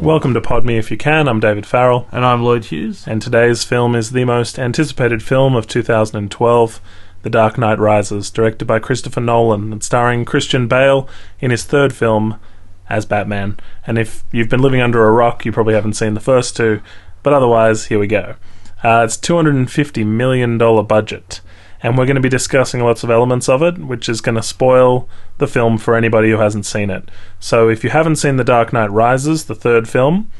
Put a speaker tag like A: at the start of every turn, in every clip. A: Welcome to Pod Me If You Can. I'm David Farrell,
B: And I'm Lloyd Hughes.
A: and today's film is the most anticipated film of 2012, The Dark Knight Rises, directed by Christopher Nolan and starring Christian Bale in his third film as Batman. And if you've been living under a rock, you probably haven't seen the first two, but otherwise, here we go. Uh, it's $250 million budget, and we're going to be discussing lots of elements of it, which is going to spoil the film for anybody who hasn't seen it. So if you haven't seen The Dark Knight Rises, the third film,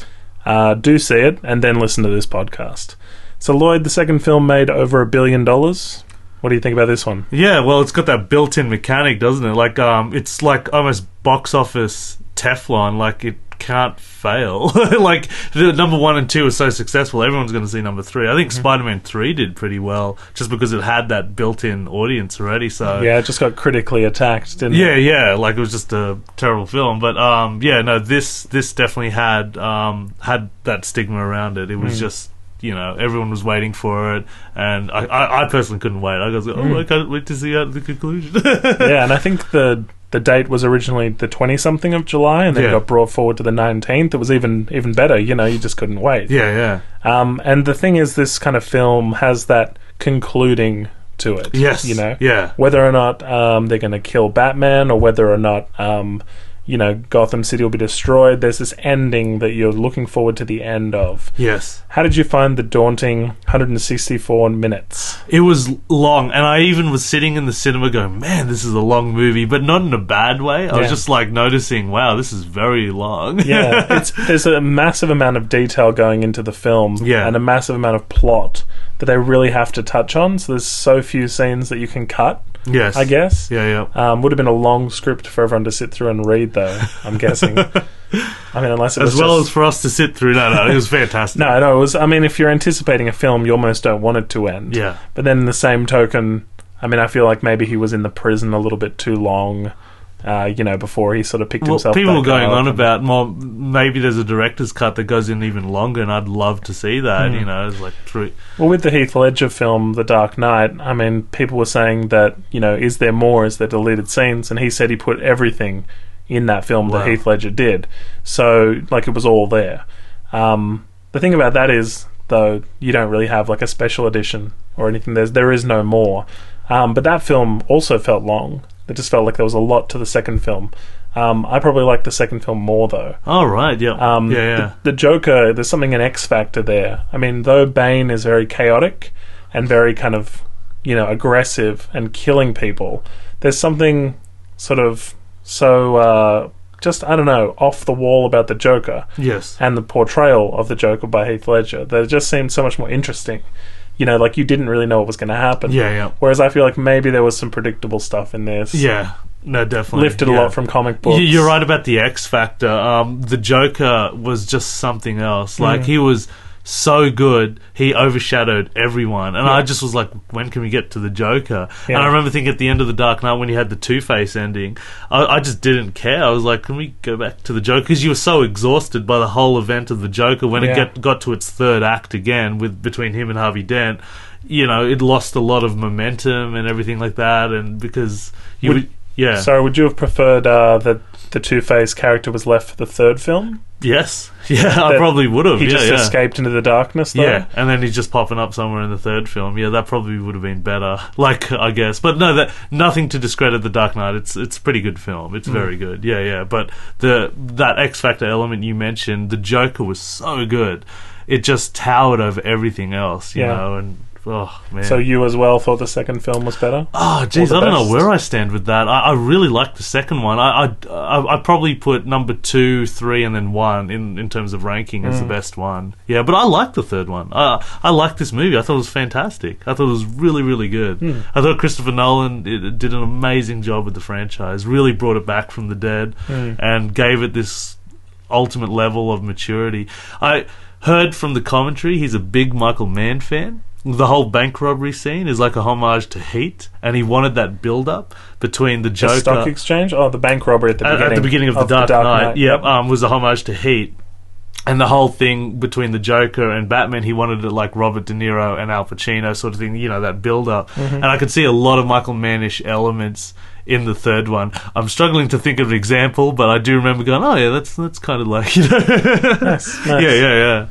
A: uh, do see it and then listen to this podcast. So, Lloyd, the second film made over a billion dollars. What do you think about this one?
B: Yeah, well, it's got that built-in mechanic, doesn't it? Like, um, it's like almost box office Teflon. Like, it can't fail. like, the number one and two are so successful, everyone's going to see number three. I think Spider-Man three did pretty well just because it had that built-in audience already. So
A: Yeah, it just got critically attacked, didn't
B: yeah,
A: it?
B: yeah, like it was just a terrible film. But um, yeah, no, this this definitely had um, had that stigma around it. It was
A: Hmm.
B: just you know everyone was waiting for it, and I, I, I personally couldn't wait. I was like, oh, I can't wait to see out the conclusion.
A: Hmm. yeah, and I think the the date was originally the twenty something of July, and then it
B: Yeah.
A: got brought forward to the nineteenth. It was even even better. You know, you just couldn't wait.
B: yeah, yeah,
A: Um, and the thing is, this kind of film has that concluding to it.
B: yes,
A: You know,
B: yeah,
A: whether or not um, they're going to kill Batman, or whether or not um, you know Gotham City will be destroyed. There's this ending that you're looking forward to the end of.
B: yes.
A: How did you find the daunting 164 minutes?
B: It was long, and I even was sitting in the cinema going, "Man, this is a long movie," but not in a bad way. I
A: Yeah.
B: was just like noticing, "Wow, this is very long."
A: yeah, it's, there's a massive amount of detail going into the film,
B: Yeah.
A: and a massive amount of plot that they really have to touch on. So there's so few scenes that you can cut.
B: yes,
A: I guess
B: Yeah, yeah.
A: um, would have been a long script for everyone to sit through and read, though. I'm guessing. I mean, unless it was
B: As well
A: just-
B: as for us to sit through. No, no, it was fantastic.
A: no, no. It was. I mean, if you're anticipating a film, you almost don't want it to end.
B: Yeah.
A: But then, in the same token, I mean, I feel like maybe he was in the prison a little bit too long. Uh, you know, before he sort of picked
B: Well,
A: himself.
B: people are
A: back
B: going
A: up
B: on
A: and-
B: about well, maybe there's a director's cut that goes in even longer, and I'd love to see
A: Hmm.
B: that. You know, it's like three.
A: Well, with the Heath Ledger film, The Dark Knight, I mean, people were saying that, you know, is there more? Is there deleted scenes? And he said he put everything in that film
B: Wow.
A: that Heath Ledger did. So, like, it was all there. Um, the thing about that is, though, you don't really have, like, a special edition or anything. There's, there is no more. Um, but that film also felt long. It just felt like there was a lot to the second film. Um, I probably like the second film more, though.
B: All right, yeah,
A: Um,
B: yeah, yeah.
A: The, the Joker, there's something an X factor there. I mean, though Bane is very chaotic and very kind of, you know, aggressive and killing people, there's something sort of so uh, just I don't know off the wall about the Joker
B: yes,
A: and the portrayal of the Joker by Heath Ledger that it just seemed so much more interesting. You know, like you didn't really know what was going to happen.
B: yeah, yeah,
A: Whereas I feel like maybe there was some predictable stuff in this.
B: yeah. No, definitely
A: Lifted a
B: yeah.
A: lot from comic
B: Y-
A: books.
B: You're right about the X Factor. Um, the Joker was just something else.
A: Mm.
B: Like he was so good, he overshadowed everyone. And I
A: Yeah.
B: just was like, when can we get to the Joker?
A: Yeah.
B: And I remember thinking at the end of the Dark Knight when he had the Two Face ending, I, I just didn't care. I was like, can we go back to the Joker? Because you were so exhausted by the whole event of the Joker when
A: Yeah.
B: it get, got to its third act again with between him and Harvey Dent. You know, it lost a lot of momentum and everything like that, and because you
A: Would-
B: would, yeah,
A: Sorry, would you have preferred uh, that the Two Face character was left for the third film?
B: Yes. Yeah, I
A: That
B: probably would have.
A: He
B: yeah,
A: just
B: yeah.
A: escaped into the darkness, though.
B: Yeah, and then he's just popping up somewhere in the third film. Yeah, that probably would have been better. Like, I guess, but no, that nothing to discredit the Dark Knight. It's it's a pretty good film.
A: Mm.
B: It's very good. Yeah, yeah. But the that X Factor element you mentioned, the Joker was so good. It just towered over everything else, you
A: Yeah.
B: know. And oh man,
A: So you as well thought the second film was better?
B: Oh, jeez,
A: the
B: I don't know
A: best.
B: where I stand with that. I, I really like the second one. I, I, I, I probably put number two, three, and then one in, in terms of ranking
A: Mm.
B: as the best one. Yeah, but I like the third one. I, I like this movie. I thought it was fantastic. I thought it was really, really good.
A: Hmm.
B: I thought Christopher Nolan it, it did an amazing job with the franchise, really brought it back from the dead
A: Hmm.
B: and gave it this ultimate level of maturity. I heard from the commentary he's a big Michael Mann fan. The whole bank robbery scene is like a homage to Heat, and he wanted that build up between the Joker
A: The stock exchange? Oh, the bank robbery at the
B: at,
A: beginning.
B: at the beginning of, the Dark, Knight. Yeah, um, was a homage to Heat. and the whole thing between the Joker and Batman, he wanted it like Robert De Niro and Al Pacino sort of thing, you know, that build up.
A: Mm-hmm.
B: And I could see a lot of Michael Mannish elements in the third one. I'm struggling to think of an example, but I do remember going, oh, yeah, that's that's kind of like, you know.
A: Nice,
B: yeah,
A: nice.
B: yeah, yeah.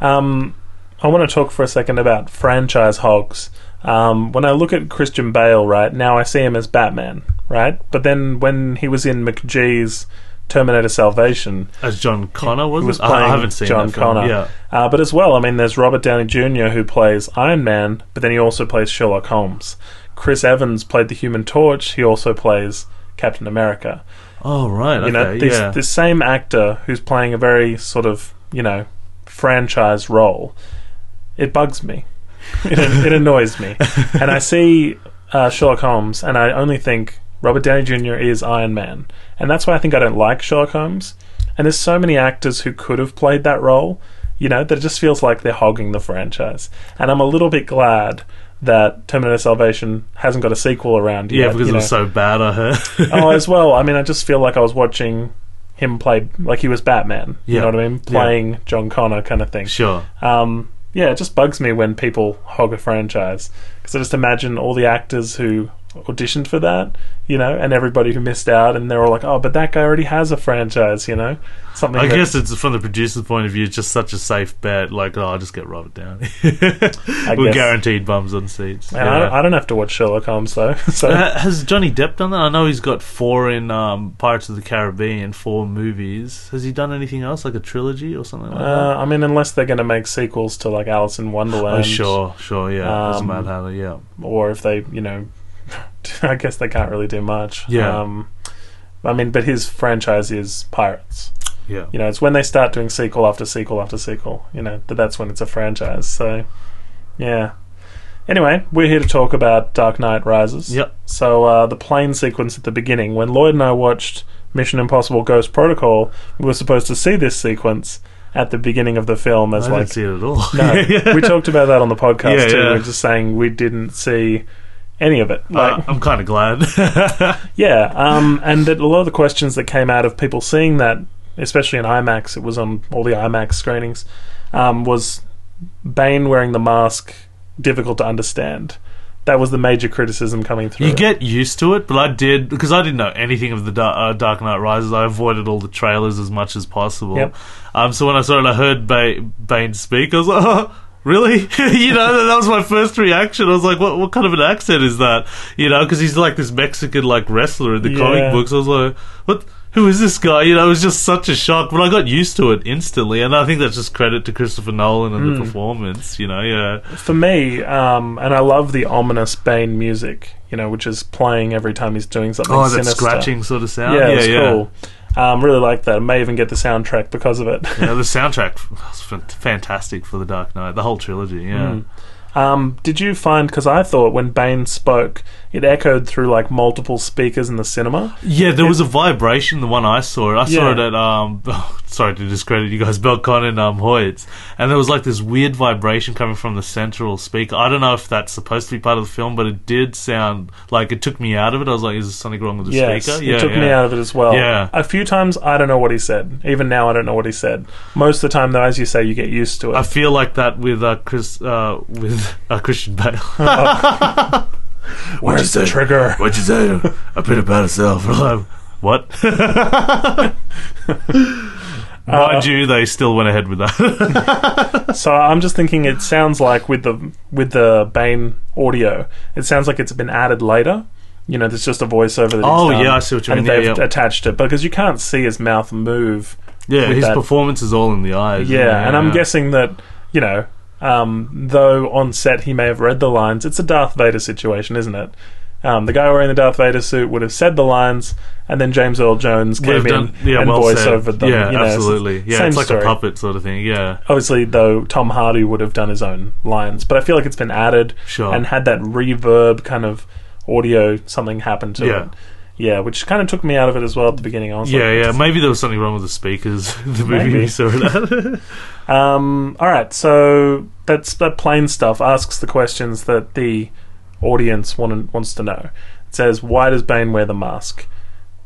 A: Um, I want to talk for a second about franchise hogs. Um, when I look at Christian Bale, right now, I see him as Batman, right? But then when he was in McGee's Terminator Salvation,
B: As John Connor, was
A: he
B: it?
A: was
B: I- I,
A: playing
B: haven't seen
A: John
B: that film.
A: Connor.
B: Yeah.
A: uh, but as well, I mean, there's Robert Downey Jr. who plays Iron Man, but then he also plays Sherlock Holmes. Chris Evans played the Human Torch. He also plays Captain America.
B: Oh, right.
A: you know,
B: okay,
A: this,
B: yeah.
A: this same actor who's playing a very sort of, you know, franchise role, it bugs me. It, it annoys me. And I see uh, Sherlock Holmes and I only think Robert Downey Jr. is Iron Man. And that's why I think I don't like Sherlock Holmes. And there's so many actors who could have played that role, you know, that it just feels like they're hogging the franchise. And I'm a little bit glad that Terminator Salvation hasn't got a sequel around
B: yeah,
A: yet. you
B: because it
A: know
B: was so bad, I heard.
A: oh, as well. I mean, I just feel like I was watching him play like he was Batman. You
B: Yeah.
A: know what I mean?
B: Yeah.
A: Playing John Connor kind of thing.
B: sure.
A: Um, yeah, it just bugs me when people hog a franchise because I just imagine all the actors who auditioned for that, you know, and everybody who missed out, and they're all like, "Oh, but that guy already has a franchise," you know, something.
B: I
A: that-
B: guess it's from the producer's point of view, it's just such a safe bet. Like, oh, I'll just get Robert down. We're
A: guess.
B: guaranteed bums on seats.
A: And I,
B: Yeah.
A: don't, I don't have to watch Sherlock Holmes though. So
B: Uh, has Johnny Depp done that? I know he's got four in um, Pirates of the Caribbean, four movies. Has he done anything else, like a trilogy or something like
A: uh, I mean, unless they're going to make sequels to like Alice in
B: that?
A: Wonderland,
B: Oh, sure, sure, yeah. As a
A: um,
B: Mad Hatter, yeah.
A: or if they, you know, I guess they can't really do much.
B: Yeah.
A: Um, I mean, but his franchise is pirates.
B: Yeah.
A: You know, it's when they start doing sequel after sequel after sequel. You know, that that's when it's a franchise. So, yeah. Anyway, we're here to talk about Dark Knight Rises.
B: Yep.
A: So uh, the plane sequence at the beginning, when Lloyd and I watched Mission Impossible: Ghost Protocol, we were supposed to see this sequence at the beginning of the film
B: I
A: as
B: didn't
A: like
B: see it at all.
A: no, we talked about that on the podcast
B: Yeah,
A: too.
B: yeah.
A: We are just saying we didn't see any of it. Like,
B: Uh, I'm kind of glad.
A: yeah, um, and that a lot of the questions that came out of people seeing that, especially in IMAX, it was on all the IMAX screenings, um, was Bane wearing the mask difficult to understand. That was the major criticism coming through.
B: You get used to it, but I did because I didn't know anything of the Dar- uh, Dark Knight Rises. I avoided all the trailers as much as possible.
A: Yep.
B: Um, so when I saw it, and I heard ba- Bane speak. I was like, oh, really? you know, that, that was my first reaction. I was like, what, what kind of an accent is that? You know, because he's like this Mexican like wrestler in the
A: Yeah.
B: comic books. I was like, what? Who is this guy? You know, it was just such a shock, but I got used to it instantly, and I think that's just credit to Christopher Nolan and
A: Hmm.
B: the performance. You know, yeah.
A: For me, um, and I love the ominous Bane music, you know, which is playing every time he's doing something
B: Oh, that
A: sinister.
B: scratching sort of sound.
A: Yeah, it's cool. Um, really like that. I may even get the soundtrack because of it.
B: yeah, the soundtrack was fan- fantastic for The Dark Knight, the whole trilogy. Yeah,
A: Mm. Um, did you find? Because I thought when Bane spoke, it echoed through like multiple speakers in the cinema.
B: yeah, there was a vibration. The one I saw, I
A: Yeah.
B: saw it at um, sorry to discredit you guys, Belcon and um Hoyts, and there was like this weird vibration coming from the central speaker. I don't know if that's supposed to be part of the film, but it did sound like it took me out of it. I was like, is there something wrong with the
A: Yes,
B: speaker?
A: it took me out of it as well.
B: Yeah.
A: a few times I don't know what he said. Even now I don't know what he said. Most of the time, though, as you say, you get used to it.
B: I feel like that with uh, Chris uh, with uh, Christian Bale.
A: Where's the trigger?
B: What'd you say? I put it by itself. what? Mind you, they still went ahead with that.
A: so I'm just thinking it sounds like with the with the Bane audio, it sounds like it's been added later. You know, there's just a voiceover. That
B: Oh,
A: he's done,
B: yeah, I see what you
A: and
B: mean. Yeah,
A: they've
B: yeah.
A: attached it because you can't see his mouth move.
B: yeah,
A: With
B: his
A: that-
B: performance is all in the eyes.
A: Yeah, and I'm
B: yeah.
A: guessing that you know, um, though on set he may have read the lines, it's a Darth Vader situation, isn't it? Um, the guy wearing the Darth Vader suit would have said the lines, and then James Earl Jones
B: Would
A: came
B: have
A: in
B: done- yeah,
A: and
B: well
A: voice
B: said.
A: over them.
B: Yeah,
A: you know, it's-
B: absolutely. Yeah,
A: same
B: it's like
A: story.
B: a puppet sort of thing. Yeah,
A: Obviously, though Tom Hardy would have done his own lines, but I feel like it's been added
B: sure.
A: and had that reverb kind of audio something happen to
B: Yeah.
A: it. Yeah, which kind of took me out of it as well at the beginning. I was
B: yeah,
A: like,
B: yeah. Maybe there was something wrong with the speakers. in the movie
A: Maybe.
B: we saw it at.
A: Um, all right, so that's that plain stuff asks the questions that the audience want, wants to know. It says, why does Bane wear the mask?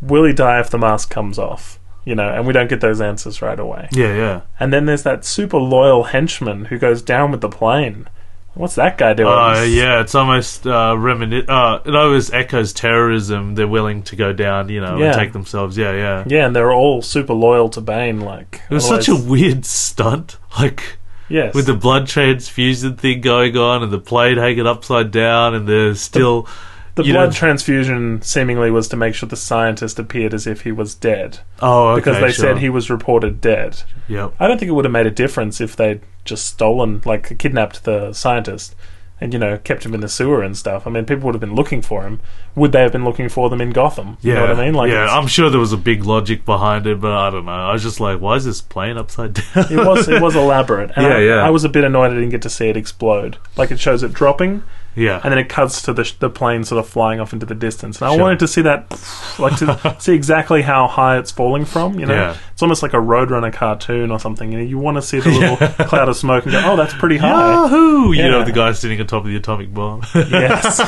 A: Will he die if the mask comes off? you know, and we don't get those answers right away.
B: Yeah, yeah.
A: And then there's that super loyal henchman who goes down with the plane. What's that guy doing?
B: Uh, yeah, it's almost uh, remini- uh It always echoes terrorism. They're willing to go down, you know,
A: Yeah.
B: and take themselves. Yeah, yeah.
A: Yeah, and they're all super loyal to Bane. Like
B: It was such a weird stunt, like
A: yes,
B: with the blood transfusion thing going on, and the plane hanging upside down, and they're still.
A: the
B: you
A: blood
B: know-
A: transfusion seemingly was to make sure the scientist appeared as if he was dead
B: oh, okay,
A: because they
B: sure.
A: said he was reported dead.
B: Yep.
A: I don't think it would have made a difference if they'd just stolen, like, kidnapped the scientist and, you know, kept him in the sewer and stuff. I mean, people would have been looking for him. Would they have been looking for them in Gotham? You
B: Yeah,
A: know what I mean? Like,
B: yeah,
A: it's-
B: I'm sure there was a big logic behind it, but I don't know. I was just like, why is this plane upside down?
A: it was it was elaborate. And
B: Yeah,
A: I,
B: yeah.
A: I was a bit annoyed I didn't get to see it explode. Like, it shows it dropping,
B: yeah,
A: and then it cuts to the, sh- the plane sort of flying off into the distance. And I
B: Sure.
A: wanted to see that, like, to see exactly how high it's falling from, you know?
B: Yeah.
A: It's almost like a Roadrunner cartoon or something. You know, you want to see the little cloud of smoke and go, oh, that's pretty high.
B: Yahoo! You know
A: Yeah.
B: the guy sitting on top of the atomic bomb.
A: yes.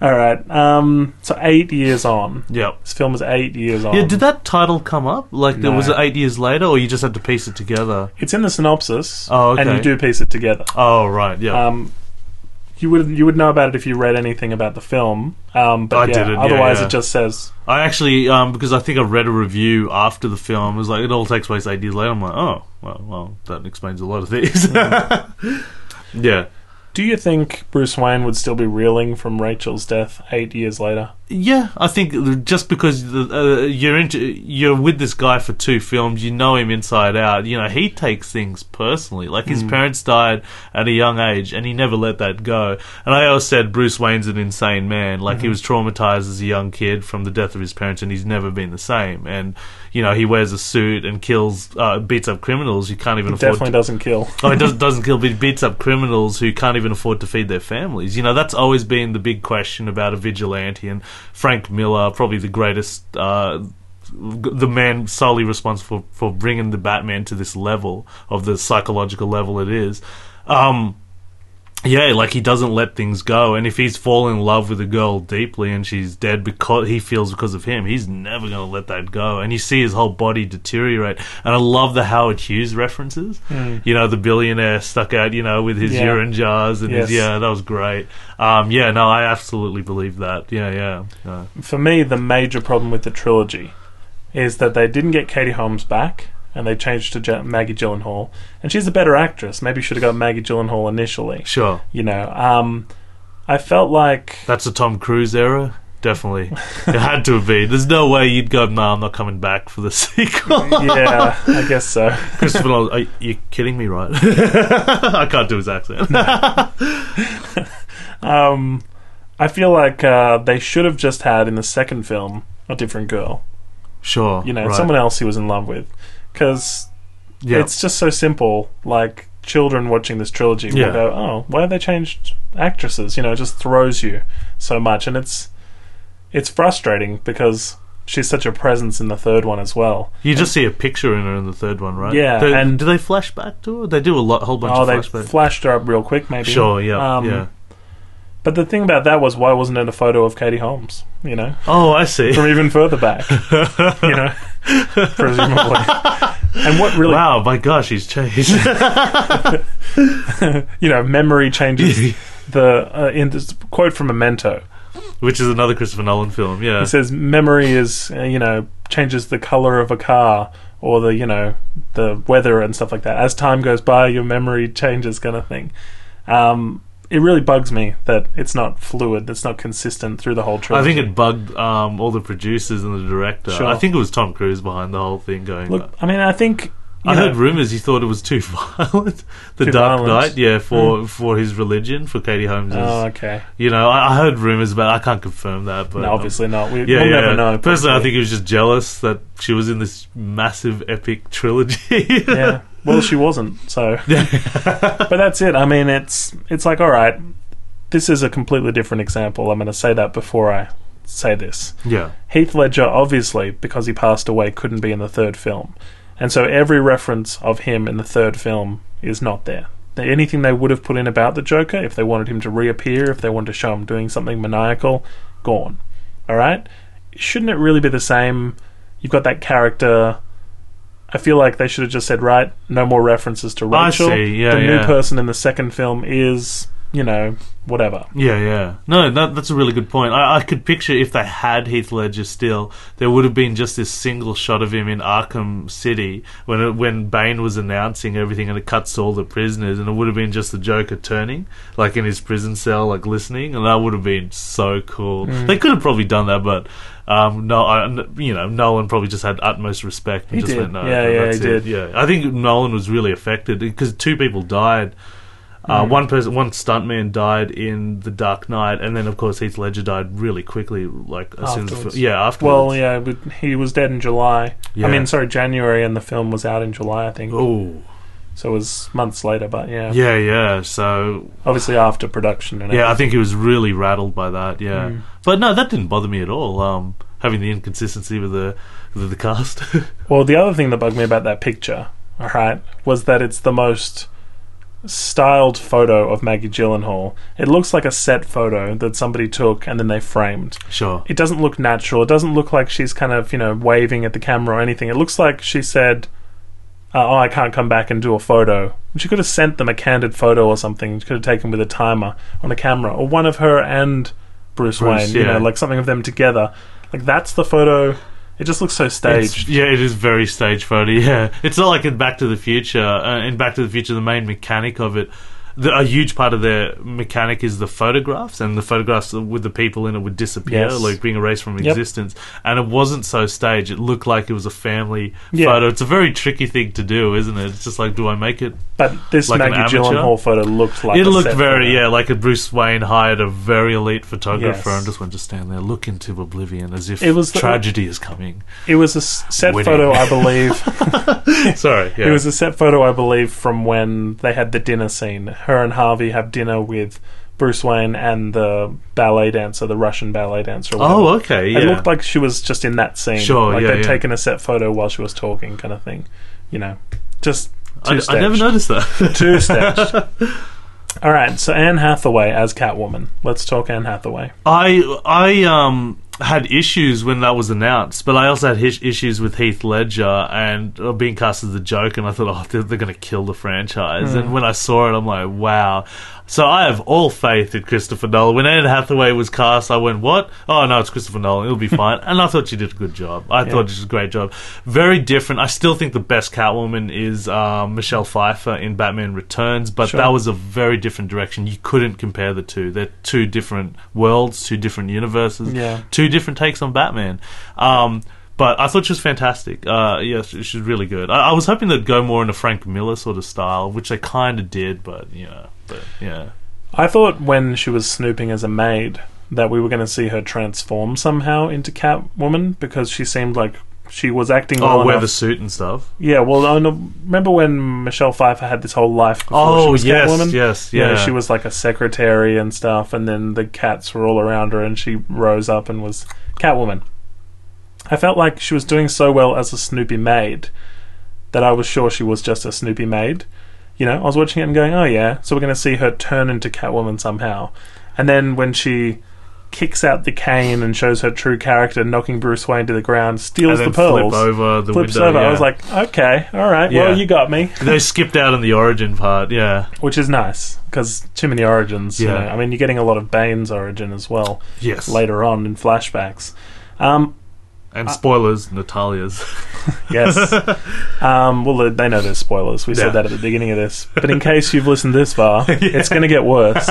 A: All right. Um, so eight years on,
B: yep. Um,
A: this film is eight years on.
B: Yeah, did that title come up? Like, there was
A: No.
B: it eight years later, or you just had to piece it together?
A: it's in the synopsis,
B: Oh, okay.
A: and you do piece it together.
B: Oh, right, yeah.
A: Um, you would you would know about it if you read anything about the film. Um, but
B: I
A: yeah,
B: didn't, yeah,
A: Otherwise,
B: yeah.
A: it just says
B: I actually, um, because I think I read a review after the film, it was like, it all takes place eight years later. I'm like, oh, well, well that explains a lot of things. yeah.
A: Do you think Bruce Wayne would still be reeling from Rachel's death eight years later?
B: Yeah, I think just because the, uh, you're into, you're with this guy for two films, you know him inside out. You know he takes things personally. Like his parents died at a young age, and he never let that go. And I always said Bruce Wayne's an insane man. Like he was traumatized as a young kid from the death of his parents, and he's never been the same. And you know he wears a suit and kills, uh, beats up criminals. You can't even afford
A: Definitely doesn't kill.
B: oh, it doesn't, doesn't kill, but it beats up criminals who can't even afford to feed their families. You know, that's always been the big question about a vigilante. And Frank Miller, probably the greatest, uh, the man solely responsible for bringing the Batman to this level of the psychological level it is. Um, yeah, like he doesn't let things go, and if he's fallen in love with a girl deeply and she's dead because he feels because of him, he's never going to let that go. And you see his whole body deteriorate. And I love the Howard Hughes references. You know, the billionaire stuck out, you know, with his
A: Hmm. Yeah.
B: urine jars, and his,
A: Yes.
B: yeah, that was great. Um, yeah, no, I absolutely believe that. Yeah, yeah, yeah.
A: for me, the major problem with the trilogy is that they didn't get Katie Holmes back, and they changed to J- Maggie Gyllenhaal, and she's a better actress. Maybe should have got Maggie Gyllenhaal initially.
B: sure.
A: You know, um, I felt like
B: That's a Tom Cruise era. Definitely, it had to have been. There's no way you'd go. No, I'm not coming back for the sequel.
A: yeah, I guess so.
B: Christopher Nolan, are you kidding me, right? I can't do his accent.
A: Um, I feel like uh, they should have just had in the second film a different girl.
B: Sure.
A: You know,
B: right.
A: someone else he was in love with, because
B: Yeah.
A: it's just so simple. Like children watching this trilogy
B: Yeah.
A: will go, "Oh, why have they changed actresses?" You know, it just throws you so much, and it's it's frustrating because she's such a presence in the third one as well.
B: you just see a picture in her in the third one, right?
A: Yeah,
B: They-
A: and-
B: do they flash back to her? They do a lot, whole bunch
A: oh,
B: of
A: they
B: flashbacks.
A: flashed her up real quick, maybe.
B: sure. Yeah.
A: Um,
B: yeah.
A: But the thing about that was, why wasn't it a photo of Katie Holmes? You know,
B: Oh, I see.
A: from even further back. you know, presumably. And what really,
B: Wow, my gosh, he's changed.
A: you know, memory changes. the uh, in this quote from Memento,
B: Which is another Christopher Nolan film. Yeah.
A: it says, "Memory is, uh, you know, changes the color of a car or the, you know, the weather and stuff like that. As time goes by, your memory changes, kind of thing." Um, it really bugs me that it's not fluid, it's not consistent through the whole
B: I
A: trilogy.
B: think it bugged um, all the producers and the director.
A: Sure.
B: I think it was Tom Cruise behind the whole thing going.
A: Look, I mean, I think you
B: I
A: know,
B: heard rumors he thought it was too violent. The
A: Too
B: Dark
A: violent. Hmm.
B: Knight, yeah, for for his religion, for Katie Holmes.
A: Oh, okay.
B: You know, I, I heard rumors about. I can't confirm that, but
A: No,
B: um,
A: obviously not. We,
B: Yeah,
A: we'll
B: yeah.
A: never know.
B: Personally, I
A: probably.
B: think he was just jealous that she was in this massive epic trilogy.
A: yeah. Well, she wasn't. So, but that's it. I mean, it's it's like all right. This is a completely different example. I'm going to say that before I say this.
B: yeah,
A: Heath Ledger, obviously, because he passed away, couldn't be in the third film, and so every reference of him in the third film is not there. Anything they would have put in about the Joker, if they wanted him to reappear, if they wanted to show him doing something maniacal, gone. All right. Shouldn't it really be the same? you've got that character. I feel like they should have just said, right, no more references to
B: I
A: Rachel.
B: see, yeah,
A: the new
B: yeah.
A: person in the second film is, you know, whatever.
B: Yeah, yeah. No, that, that's a really good point. I, I could picture if they had Heath Ledger still, there would have been just this single shot of him in Arkham City when it, when Bane was announcing everything, and it cuts to all the prisoners, and it would have been just the Joker turning, like in his prison cell, like listening, and that would have been so cool.
A: Mm.
B: They could have probably done that, but um, no, I, n- you know, Nolan probably just had utmost respect
A: He
B: and just
A: did.
B: went, no,
A: Yeah,
B: no,
A: yeah,
B: that's
A: he
B: it.
A: did.
B: Yeah, I think Nolan was really affected because two people died. Uh, One person, one stuntman died in The Dark Knight, and then of course Heath Ledger died really quickly, like as soon as
A: Afterwards.
B: the, yeah, afterwards.
A: Well, yeah, but he was dead in July.
B: Yeah.
A: I mean, sorry, January, and the film was out in July, I think.
B: Oh,
A: So it was months later, but yeah.
B: yeah, yeah. So
A: Obviously after production. And
B: yeah, I
A: everything.
B: think he was really rattled by that. Yeah,
A: Mm.
B: but no, that didn't bother me at all. Um, having the inconsistency with the with the cast.
A: Well, the other thing that bugged me about that picture, all right, was that it's the most styled photo of Maggie Gyllenhaal. It looks like a set photo that somebody took and then they framed.
B: sure.
A: It doesn't look natural. It doesn't look like she's kind of, you know, waving at the camera or anything. It looks like she said, uh, "Oh, I can't come back and do a photo." She could have sent them a candid photo or something. She could have taken with a timer on a camera or one of her and Bruce,
B: Bruce,
A: Wayne, you
B: yeah.
A: know, like something of them together. Like that's the photo. It just looks so staged.
B: It's- yeah, it is very stage photo. Yeah, it's not like in Back to the Future. Uh, in Back to the Future, the main mechanic of it, the, a huge part of their mechanic is the photographs, and the photographs with the people in it would disappear,
A: Yes.
B: like being erased from
A: Yep.
B: existence. And it wasn't so staged; it looked like it was a family
A: Yeah.
B: photo. It's a very tricky thing to do, isn't it? It's just like, do I make it?
A: But this
B: Like an
A: Maggie
B: amateur?
A: Gyllenhaal photo looked like
B: it
A: a
B: looked
A: set
B: very,
A: photo.
B: yeah, like a Bruce Wayne hired a very elite photographer
A: Yes.
B: and just went to stand there, look into oblivion, as if
A: It was the-
B: tragedy is coming.
A: It was a s- set
B: Winning.
A: photo, I believe.
B: Sorry, yeah.
A: It was a set photo, I believe, from when they had the dinner scene. Her and Harvey have dinner with Bruce Wayne and the ballet dancer, the Russian ballet dancer. or
B: oh,
A: whatever.
B: okay, yeah.
A: It looked like she was just in that scene.
B: Sure,
A: like
B: yeah,
A: they'd
B: yeah.
A: taken a set photo while she was talking, kind of thing. You know, just too
B: I, I
A: staged.
B: never noticed that.
A: Too staged. All right, so Anne Hathaway as Catwoman. Let's talk Anne Hathaway.
B: I I um had issues when that was announced, but I also had his- issues with Heath Ledger and uh, being cast as the joke, and I thought, oh, they're, they're going to kill the franchise. And when I saw it, I'm like, wow. So I have all faith in Christopher Nolan. When Anne Hathaway was cast, I went, what? Oh no, it's Christopher Nolan. It'll be fine. and I thought she did a good job. I thought she did a great job. Very different. I still think the best Catwoman is um, Michelle Pfeiffer in Batman Returns, but
A: Sure.
B: that was a very different direction. You couldn't compare the two. They're two different worlds, two different universes,
A: Yeah.
B: two different takes on Batman. Um, but I thought she was fantastic. Uh, yeah, she, she's really good. I, I was hoping they'd go more in a Frank Miller sort of style, which they kind of did, but you know, but yeah.
A: I thought when she was snooping as a maid that we were going to see her transform somehow into Catwoman because she seemed like she was acting.
B: Oh,
A: well
B: wear
A: enough-
B: the suit and stuff.
A: yeah. Well, I know, remember when Michelle Pfeiffer had this whole life before she
B: Oh,
A: was
B: yes,
A: Catwoman?
B: yes,
A: You know,
B: yeah.
A: she was like a secretary and stuff, and then the cats were all around her, and she rose up and was Catwoman. I felt like she was doing so well as a Snoopy maid that I was sure she was just a Snoopy maid. You know, I was watching it and going, oh yeah, so we're going to see her turn into Catwoman somehow. And then when she kicks out the cane and shows her true character, knocking Bruce Wayne to the ground, steals
B: and then
A: the pearls,
B: flip over the
A: flips
B: window.
A: over.
B: yeah.
A: I was like, okay, all right,
B: Yeah.
A: well, you got me.
B: they skipped out on the origin part. Yeah,
A: Which is nice, because too many origins. You
B: Yeah.
A: know? I mean, you're getting a lot of Bane's origin as well
B: yes.
A: later on in flashbacks. Um,
B: And spoilers, Natalia's.
A: Yes. um, well, they know there's spoilers. We
B: Yeah.
A: said that at the beginning of this. But in case you've listened this far, it's going to get worse.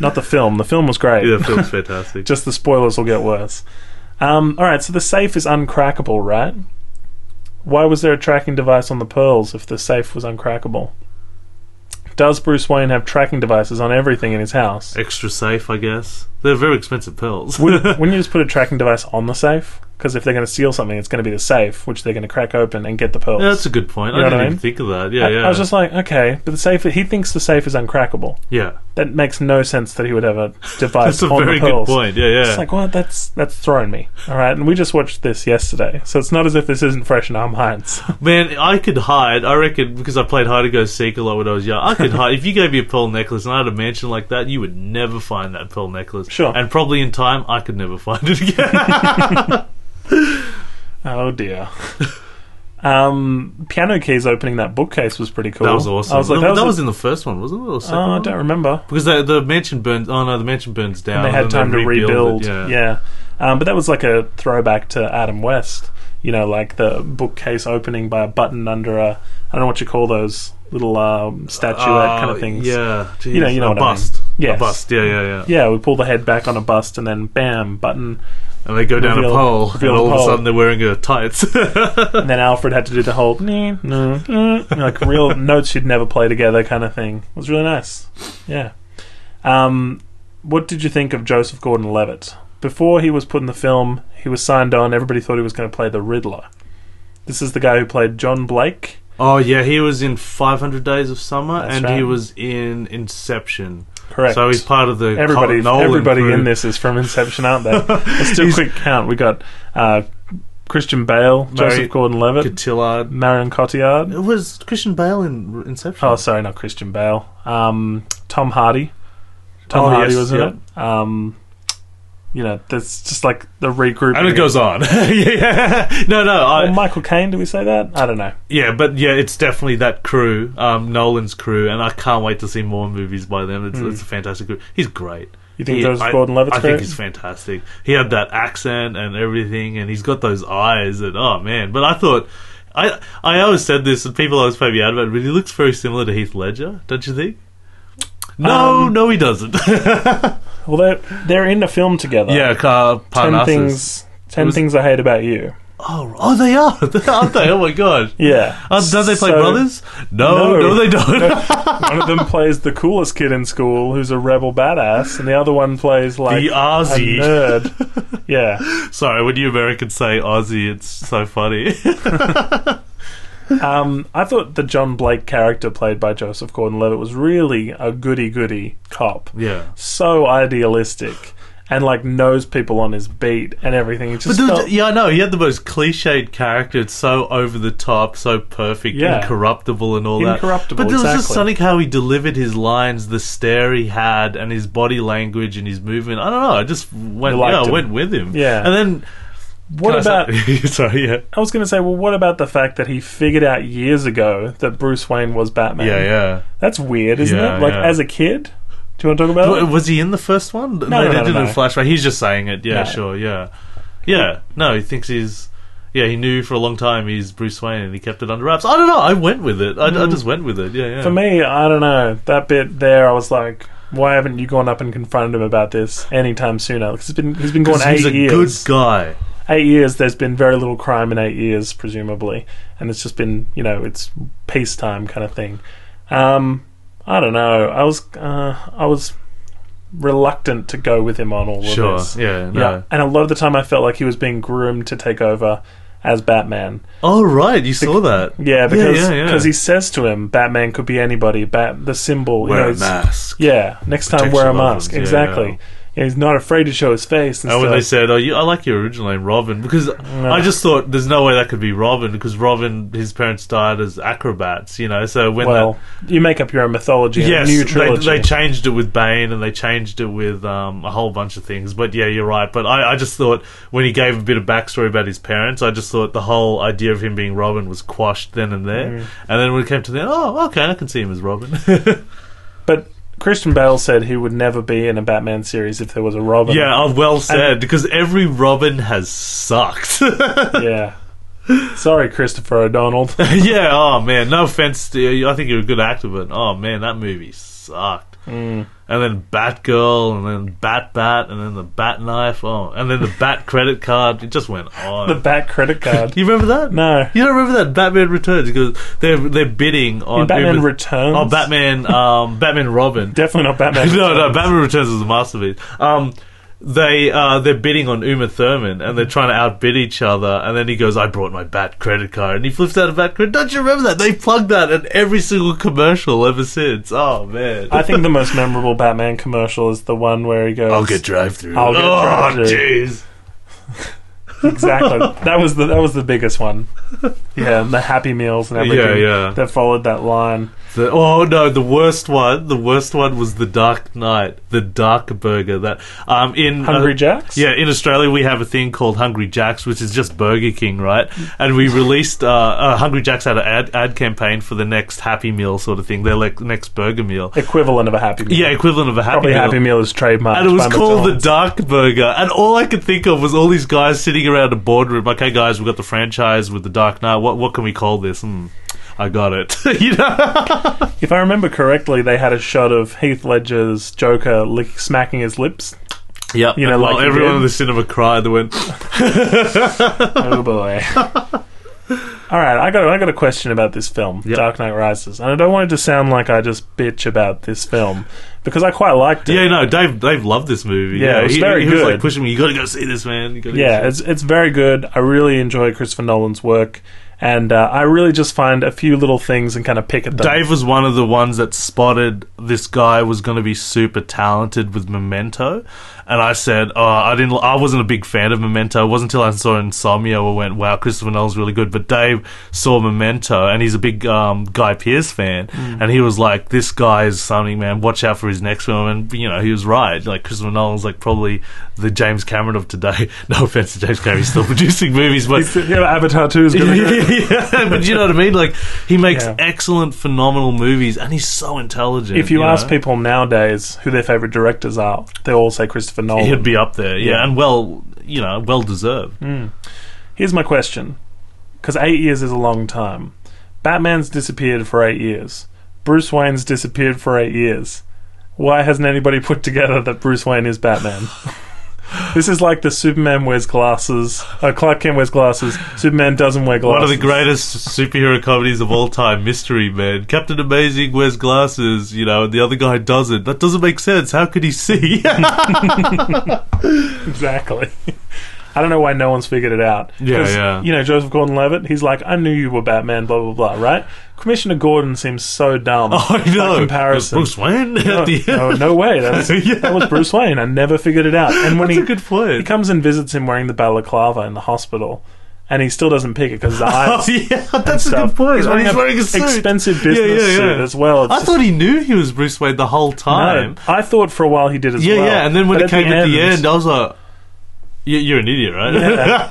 A: Not the film. The film was great.
B: yeah, the film's fantastic.
A: Just the spoilers will get worse. Um, all right, so the safe is uncrackable, right? Why was there a tracking device on the pearls if the safe was uncrackable? Does Bruce Wayne have tracking devices on everything in his house?
B: Extra safe, I guess. They're very expensive pills.
A: Wouldn't wouldn't you just put a tracking device on the safe? Because if they're going to steal something, it's going to be the safe, which they're going to crack open and get the pearls.
B: Yeah, that's a good point.
A: You know
B: I
A: what
B: didn't
A: I
B: even
A: mean?
B: think of that. Yeah,
A: I,
B: yeah.
A: I was just like, okay, but the safe. He thinks the safe is uncrackable.
B: yeah.
A: That makes no sense that he would have a device
B: That's a
A: on
B: very
A: the
B: good
A: pearls.
B: point. Yeah, yeah.
A: It's like, what? That's that's thrown me. All right, and we just watched this yesterday, so it's not as if this isn't fresh in our minds.
B: Man, I could hide. I reckon because I played hide and go seek a lot when I was young. I could hide. if you gave me a pearl necklace and I had a mansion like that, you would never find that pearl necklace.
A: Sure.
B: And probably in time, I could never find it again.
A: Oh dear. um, piano keys opening that bookcase was pretty cool.
B: That was awesome.
A: I was like,
B: that,
A: a-
B: was in the first one, wasn't it? Or second
A: Oh, I
B: one?
A: don't remember.
B: Because the, the mansion burns. Oh no, the mansion burns down.
A: and they had time to
B: rebuild
A: rebuild.
B: it, Yeah.
A: yeah. Um, but that was like a throwback to Adam West. You know, like the bookcase opening by a button under a I don't know what you call those little um, statuette kind of
B: Oh,
A: things.
B: Yeah,
A: You know- you
B: Jeez.
A: know
B: a
A: what I mean.
B: bust.
A: Yes.
B: a bust. Yeah, yeah, yeah.
A: Yeah, we pull the head back on a bust and then bam, button.
B: And they go down
A: Reveal-
B: a pole, and
A: reveal the
B: all of a
A: pole.
B: sudden they're wearing a tights.
A: And then Alfred had to do the whole "Nee, nee, nee," like real notes you'd never play together kind of thing. It was really nice. Yeah. Um, what did you think of Joseph Gordon-Levitt? Before he was put in the film, he was signed on. Everybody thought he was going to play the Riddler. This is the guy who played John Blake.
B: oh yeah, he was in Five Hundred Days of Summer,
A: That's
B: and
A: right.
B: he was in Inception.
A: Correct.
B: So he's part of the
A: everybody.
B: Nolan
A: everybody
B: crew.
A: in this is from Inception, aren't they? Let's do a quick count. We got uh, Christian Bale,
B: Mary
A: Joseph Gordon-Levitt,
B: Cotillard.
A: Marion Cotillard.
B: It was Christian Bale in Inception.
A: Oh, sorry, not Christian Bale. Um, Tom Hardy. Tom
B: Oh,
A: Hardy
B: yes,
A: was in
B: yep.
A: it. Um, you know, that's just like the regrouping.
B: and it goes on. yeah, no, no,
A: Or
B: I,
A: Michael Caine, do we say that? I don't know.
B: yeah, but yeah, it's definitely that crew, um, Nolan's crew, and I can't wait to see more movies by them. It's,
A: Mm.
B: it's a fantastic crew. He's great.
A: You think
B: He-
A: those
B: I-
A: Gordon Levitt's
B: I think he's fantastic. He had that accent and everything, and he's got those eyes, and oh man! But I thought, I I always said this, and people always play me out about, it, but he looks very similar to Heath Ledger, don't you think? No,
A: Um,
B: no, he doesn't.
A: Well, they're, they're in a film together.
B: yeah, Car
A: Ten
B: Parnassus.
A: things. Ten
B: was-
A: things I hate about you.
B: Oh, oh, they are, aren't they? Oh my god!
A: Yeah.
B: Uh, don't they play
A: So,
B: brothers? No,
A: No.
B: no, they don't.
A: One of them plays the coolest kid in school, who's a rebel badass, and the other one plays like
B: the
A: a
B: Aussie.
A: nerd. Yeah.
B: Sorry, when you Americans say Aussie, it's so funny.
A: Um, I thought the John Blake character played by Joseph Gordon-Levitt was really a goody-goody cop.
B: yeah.
A: So idealistic and like knows people on his beat and everything. It
B: But
A: just
B: the,
A: felt-
B: yeah, I know. He had the most cliched character. It's so over the top, so perfect,
A: Yeah.
B: incorruptible, and all
A: Incorruptible,
B: that. But there was just
A: exactly.
B: something how he delivered his lines, the stare he had, and his body language and his movement. I don't know. I just went,
A: You liked
B: yeah, I
A: him.
B: went with him.
A: Yeah.
B: And then
A: what
B: Can I
A: about?
B: say- sorry, yeah,
A: I was going to say, well, what about the fact that he figured out years ago that Bruce Wayne was Batman?
B: yeah, yeah.
A: That's weird, isn't
B: Yeah,
A: it? Like
B: yeah.
A: as a kid. Do you want to talk about
B: W-
A: it?
B: Was he in the first one? No,
A: Oh. no,
B: they
A: no,
B: did
A: no,
B: it
A: no.
B: in flashback. He's just saying it.
A: No.
B: Yeah, sure. Yeah, yeah. No, he thinks he's. Yeah, he knew for a long time he's Bruce Wayne, and he kept it under wraps. I don't know. I went with it. I, I
A: Mm.
B: just went with it. Yeah, yeah.
A: For me, I don't know that bit there. I was like, why haven't you gone up and confronted him about this anytime sooner? Because it's been he's been going
B: 'Cause
A: eight
B: he's a
A: years.
B: good guy.
A: eight years there's been very little crime in eight years presumably and it's just been you know it's peacetime kind of thing um i don't know i was uh, i was reluctant to go with him on all of
B: Sure.
A: this
B: Yeah. No.
A: yeah and a lot of the time i felt like he was being groomed to take over as batman
B: Oh right, you saw that.
A: yeah because
B: yeah, yeah.
A: 'cause he says to him batman could be anybody bat the symbol you know,
B: Wear a
A: it's-
B: mask.
A: yeah next time
B: Protects
A: wear a
B: your loved
A: mask
B: ones. Yeah,
A: exactly
B: yeah.
A: Yeah, he's not afraid to show his face and
B: And when
A: stuff.
B: they said, "Oh, you, I like your original name, Robin," because I just thought there's no way that could be Robin because Robin, his parents died as acrobats, you know. So when that,
A: well, you make up your own mythology.
B: Yes,
A: and new
B: they,
A: trilogy.
B: they changed it with Bane and they changed it with um, a whole bunch of things. But yeah, you're right. But I, I just thought when he gave a bit of backstory about his parents, I just thought the whole idea of him being Robin was quashed then and there.
A: Mm.
B: And then when it came to the end, oh, okay, I can see him as Robin.
A: but Christian Bale said he would never be in a Batman series if there was a Robin.
B: yeah, oh, well said. Because every Robin has sucked.
A: yeah. Sorry, Christopher O'Donnell.
B: yeah, oh man, no offense. To you. I think you're a good actor, but oh man, that movie sucked.
A: Mm.
B: And then Batgirl, and then Bat Bat, and then the Bat Knife, oh, and then the Bat Credit Card. It just went on.
A: the Bat credit card.
B: you remember that?
A: no.
B: You don't remember that Batman Returns because they're they're bidding on
A: In Batman
B: Uber-
A: Returns.
B: Oh, Batman, um, Batman Robin.
A: Definitely not Batman.
B: no, no,
A: Returns.
B: Batman Returns is a masterpiece. Um, they uh, they're bidding on Uma Thurman and they're trying to outbid each other. And then he goes, "I brought my Bat credit card," and he flips out a Bat credit. Don't you remember that? They plugged that in every single commercial ever since. Oh man,
A: I think the most memorable Batman commercial is the one where he goes.
B: I'll get drive through.
A: I'll get
B: oh
A: drive-thru.
B: jeez.
A: exactly. That was the that was the biggest one. Yeah, and the Happy Meals and everything
B: Yeah, yeah.
A: that followed that line.
B: The, oh no, the worst one. The worst one was the Dark Knight, the Dark Burger. That um in
A: Hungry
B: uh,
A: Jacks?
B: Yeah, in Australia we have a thing called Hungry Jacks, which is just Burger King, right? And we released uh, uh, Hungry Jacks had an ad, ad campaign for the next Happy Meal sort of thing, their like, next burger meal.
A: Equivalent of a Happy Meal.
B: Yeah, equivalent of a Happy
A: Probably
B: Meal.
A: Happy Meal is trademarked.
B: And it was
A: by
B: called the
A: McDonald's.
B: Dark Burger. And all I could think of was all these guys sitting around a boardroom, like, hey guys, we've got the franchise with the Dark Knight. What what can we call this? Hmm, I got it. you know?
A: If I remember correctly, they had a shot of Heath Ledger's Joker lick, smacking his lips.
B: Yeah.
A: You know,
B: well,
A: like you
B: everyone
A: did.
B: in the cinema cried. They went,
A: oh boy. All right, I got I got a question about this film,
B: Yep.
A: Dark Knight Rises, and I don't want it to sound like I just bitch about this film because I quite liked it.
B: yeah, no, Dave Dave loved this movie.
A: Yeah, it was
B: he,
A: very
B: he was
A: good.
B: like pushing me, you got to go see this, man. You gotta go
A: Yeah,
B: see
A: it's it's very good. I really enjoy Christopher Nolan's work, and uh, I really just find a few little things and kind of pick at them.
B: Dave was one of the ones that spotted this guy was going to be super talented with Memento, and I said, "Oh, I didn't. I wasn't a big fan of Memento. It wasn't until I saw Insomnia where I went, wow, Christopher Nolan's really good." But Dave saw Memento, and he's a big um, Guy Pearce fan, and he was like, "This guy is something, man. Watch out for his next film." And you know, he was right. Like Christopher Nolan's like probably the James Cameron of today. no offense to James Cameron, he's still producing movies, but
A: He's- yeah, Avatar Two is good.
B: yeah, but you know what I mean? Like, he makes
A: Yeah.
B: excellent, phenomenal movies, and he's so intelligent.
A: If you, ask
B: know?
A: people nowadays who their favorite directors are, they all say Christopher Nolan.
B: he'd be up there. Yeah,
A: Yeah. Mm.
B: and well, you know, well deserved.
A: Here's my question because eight years is a long time. Batman's disappeared for eight years. Bruce Wayne's disappeared for eight years. Why hasn't anybody put together that Bruce Wayne is Batman? this is like the Superman wears glasses. Uh, Clark Kent wears glasses. Superman doesn't wear glasses.
B: One of the greatest superhero comedies of all time, Mystery Man. Captain Amazing wears glasses, you know, and the other guy doesn't. That doesn't make sense. How could he see?
A: Exactly. I don't know why no one's figured it out.
B: Yeah,
A: 'Cause,
B: yeah.
A: You know, Joseph Gordon-Levitt. He's like, I knew you were Batman. Blah blah blah. Right? Commissioner Gordon seems so dumb.
B: Oh, I know.
A: By comparison.
B: Bruce Wayne at
A: no,
B: the end.
A: Oh, no, no way. That was,
B: Yeah.
A: that was Bruce Wayne. I never figured it out. And when
B: That's
A: he,
B: a good
A: he
B: point.
A: comes and visits him wearing the balaclava in the hospital, and he still doesn't pick it because his
B: Oh,
A: eyes.
B: yeah, that's a
A: stuff.
B: good point.
A: He's
B: And
A: wearing,
B: he's
A: a
B: wearing a suit.
A: expensive
B: Yeah,
A: business
B: yeah, yeah.
A: suit as well. It's
B: I
A: just-
B: thought he knew he was Bruce Wayne the whole time.
A: no, I thought for a while he did as
B: Yeah,
A: well.
B: yeah. And then when
A: But
B: it came at the end, I was like, "You- "You're an idiot, right?"
A: yeah,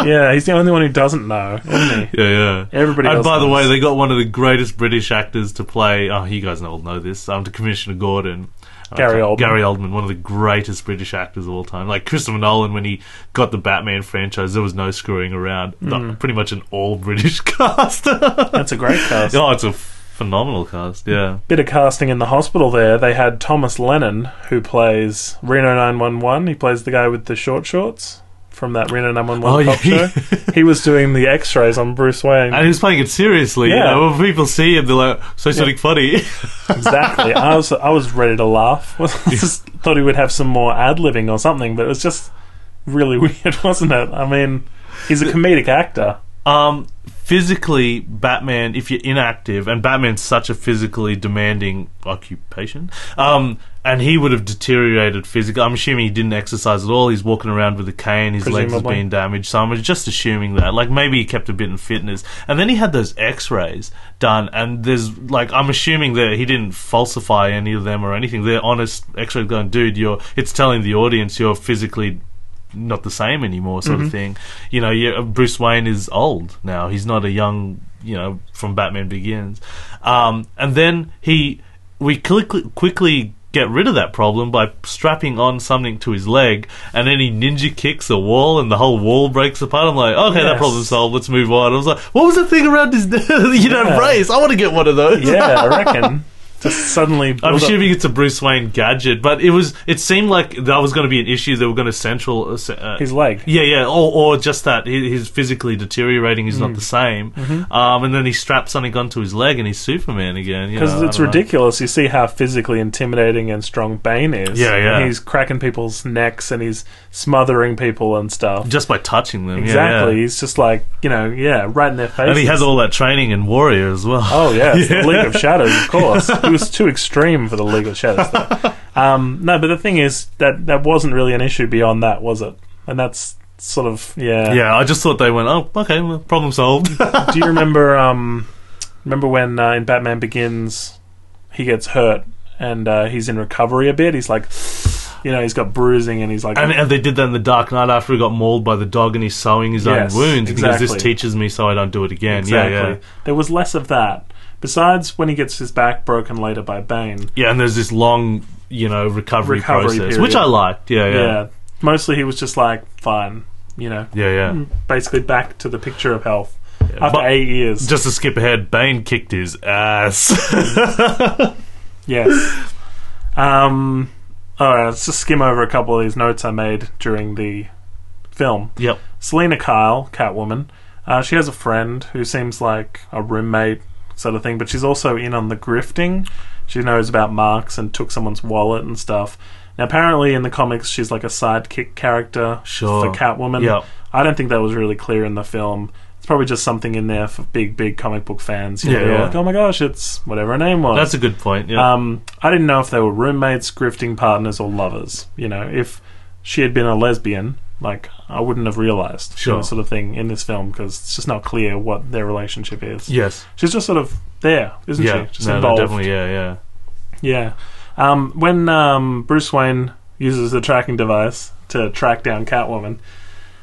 B: oh.
A: yeah, he's the only one who doesn't know, isn't he?
B: yeah, yeah.
A: Everybody.
B: and
A: else
B: Oh, by the
A: knows.
B: way, they got one of the greatest British actors to play. Oh, you guys all know this. Um, to Commissioner Gordon. Uh,
A: Gary Oldman.
B: Gary Oldman, one of the greatest British actors of all time. Like Christopher Nolan, when he got the Batman franchise, there was no screwing around. Not- pretty much an all British cast. oh,
A: Hmm. that's a great cast.
B: it's a phenomenal cast. Yeah.
A: Bit of casting in the hospital there. They had Thomas Lennon, who plays Reno 911. He plays the guy with the short shorts from that Reno 911
B: Oh,
A: cop
B: yeah.
A: show. He was doing the x rays on Bruce Wayne.
B: And he was playing it seriously.
A: Yeah.
B: You know, when people see him, they're like, so sonic funny.
A: exactly. I was, I was ready to laugh. I just thought he would have some more ad libbing or something, but it was just really weird, wasn't it? I mean, he's a comedic actor.
B: Um, physically, Batman, if you're inactive, and Batman's such a physically demanding occupation, um, and he would have deteriorated physically. I'm assuming he didn't exercise at all. He's walking around with a cane. His legs have
A: Presumably.
B: been damaged. So I'm just assuming that. Like, maybe he kept a bit in fitness. And then he had those x rays done, and there's, like, I'm assuming that he didn't falsify any of them or anything. They're honest x rays going, dude, you're, it's telling the audience you're physically not the same anymore, sort of thing. You know, yeah, Bruce Wayne is old now. He's not a young, you know, from Batman Begins. Um, and then he, we quickly, quickly get rid of that problem by strapping on something to his leg, and then he ninja kicks a wall, and the whole wall breaks apart. I'm like, okay, that
A: Yes.
B: problem solved. Let's move on. I was like, what was the thing around his, you know,
A: Yeah.
B: brace? I want to get one of those.
A: Yeah, I reckon. Just suddenly.
B: I'm
A: build up-
B: assuming it's a Bruce Wayne gadget, but it was. It seemed like that was going to be an issue. They were going to central. Uh, se- uh,
A: His leg.
B: yeah, yeah, or, or just that he, he's physically deteriorating. He's
A: Mm.
B: not the same.
A: Mm-hmm.
B: Um, and then he straps something onto his leg, and he's Superman again.
A: Because
B: Because
A: it's ridiculous. You see how physically intimidating and strong Bane is.
B: Yeah, yeah.
A: And he's cracking people's necks and he's smothering people and stuff.
B: Just by touching them, yeah,
A: exactly.
B: yeah.
A: He's just like, you know, yeah, right in their face.
B: And he has all that training in Warrior as well.
A: Oh, yeah. It's
B: Yeah.
A: the League of Shadows, of course. it was too extreme for the League of Shadows, though. um, no, but the thing is, that, that wasn't really an issue beyond that, was it? And that's sort of, yeah.
B: yeah. I just thought they went, oh, okay, well, problem solved.
A: Do you remember um, Remember when uh, in Batman Begins, he gets hurt and uh, he's in recovery a bit. He's like, you know, he's got bruising and he's like,
B: And, and they did that in the Dark Knight after he got mauled by the dog and he's sewing his
A: Yes,
B: own wounds because
A: exactly.
B: this teaches me so I don't do it again.
A: exactly.
B: Yeah, yeah.
A: There was less of that. Besides, when he gets his back broken later by Bane.
B: Yeah, and there's this long, you know, recovery,
A: Recovery
B: process,
A: period.
B: which I liked. Yeah,
A: Yeah.
B: yeah.
A: Mostly, he was just like, fine, you know,
B: Yeah,
A: Hmm.
B: yeah.
A: basically back to the picture of health after
B: But
A: eight years.
B: just to skip ahead, Bane kicked his ass.
A: Hmm. Yes. um, all right, let's just skim over a couple of these notes I made during the film.
B: yep.
A: Selena Kyle, Catwoman, uh, she has a friend who seems like a roommate sort of thing, but she's also in on the grifting. She knows about marks and took someone's wallet and stuff. Now, apparently, in the comics, she's like a sidekick character
B: Sure.
A: for Catwoman.
B: Yep.
A: I don't think that was really clear in the film. It's probably just something in there for big, big comic book fans. You
B: Yeah,
A: know, they're
B: yeah.
A: like, oh my gosh, it's whatever her name was.
B: That's a good point. Yeah.
A: Um, I didn't know if they were roommates, grifting partners, or lovers. You know, if she had been a lesbian, like I wouldn't have realized you know,
B: Sure.
A: sort of thing in this film because it's just not clear what their relationship is.
B: yes.
A: She's just sort of there, isn't
B: Yeah.
A: she? Just
B: no, no,
A: involved.
B: definitely. Yeah, yeah.
A: Yeah. Um, when um, Bruce Wayne uses the tracking device to track down Catwoman.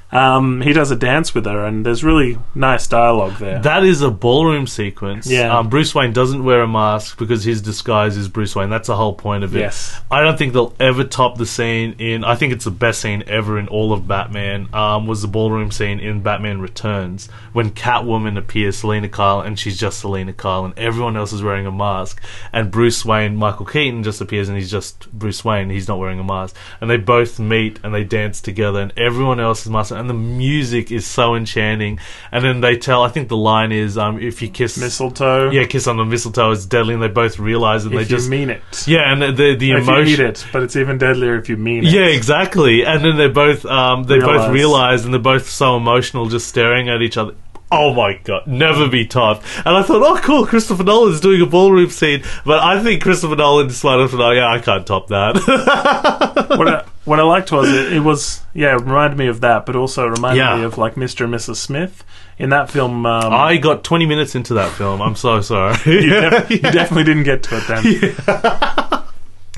A: Um, he does a dance with her, and there's really nice dialogue there.
B: That is a ballroom sequence.
A: Yeah.
B: Um, Bruce Wayne doesn't wear a mask because his disguise is Bruce Wayne. That's the whole point of it.
A: yes,
B: I don't think they'll ever top the scene in. I think it's the best scene ever in all of Batman. Um, was the ballroom scene in Batman Returns when Catwoman appears, Selena Kyle, and she's just Selena Kyle, and everyone else is wearing a mask, and Bruce Wayne, Michael Keaton, just appears, and he's just Bruce Wayne. He's not wearing a mask, and they both meet and they dance together, and everyone else is masked, and the music is so enchanting. And then they tell. I think the line is, um, "If you kiss."
A: mistletoe.
B: yeah, kiss on the mistletoe is deadly, and they both realize, and
A: if
B: they
A: you
B: just
A: mean it.
B: yeah, and the the, the
A: if
B: emotion.
A: you need it, but it's even deadlier if you mean it.
B: Yeah, exactly. And then they both um, they
A: Realise.
B: both realize, and they're both so emotional, just staring at each other. Oh my god, never be topped. And I thought, oh cool, Christopher Nolan's doing a ballroom scene, but I think Christopher Nolan decided, oh yeah, I can't top that.
A: what, I, what I liked was it, it was yeah, it reminded me of that, but also it reminded
B: Yeah.
A: me of like Mr. and Mrs. Smith in that film. Um,
B: I got 20 minutes into that film. I'm so sorry.
A: you, def- you definitely didn't get to it then.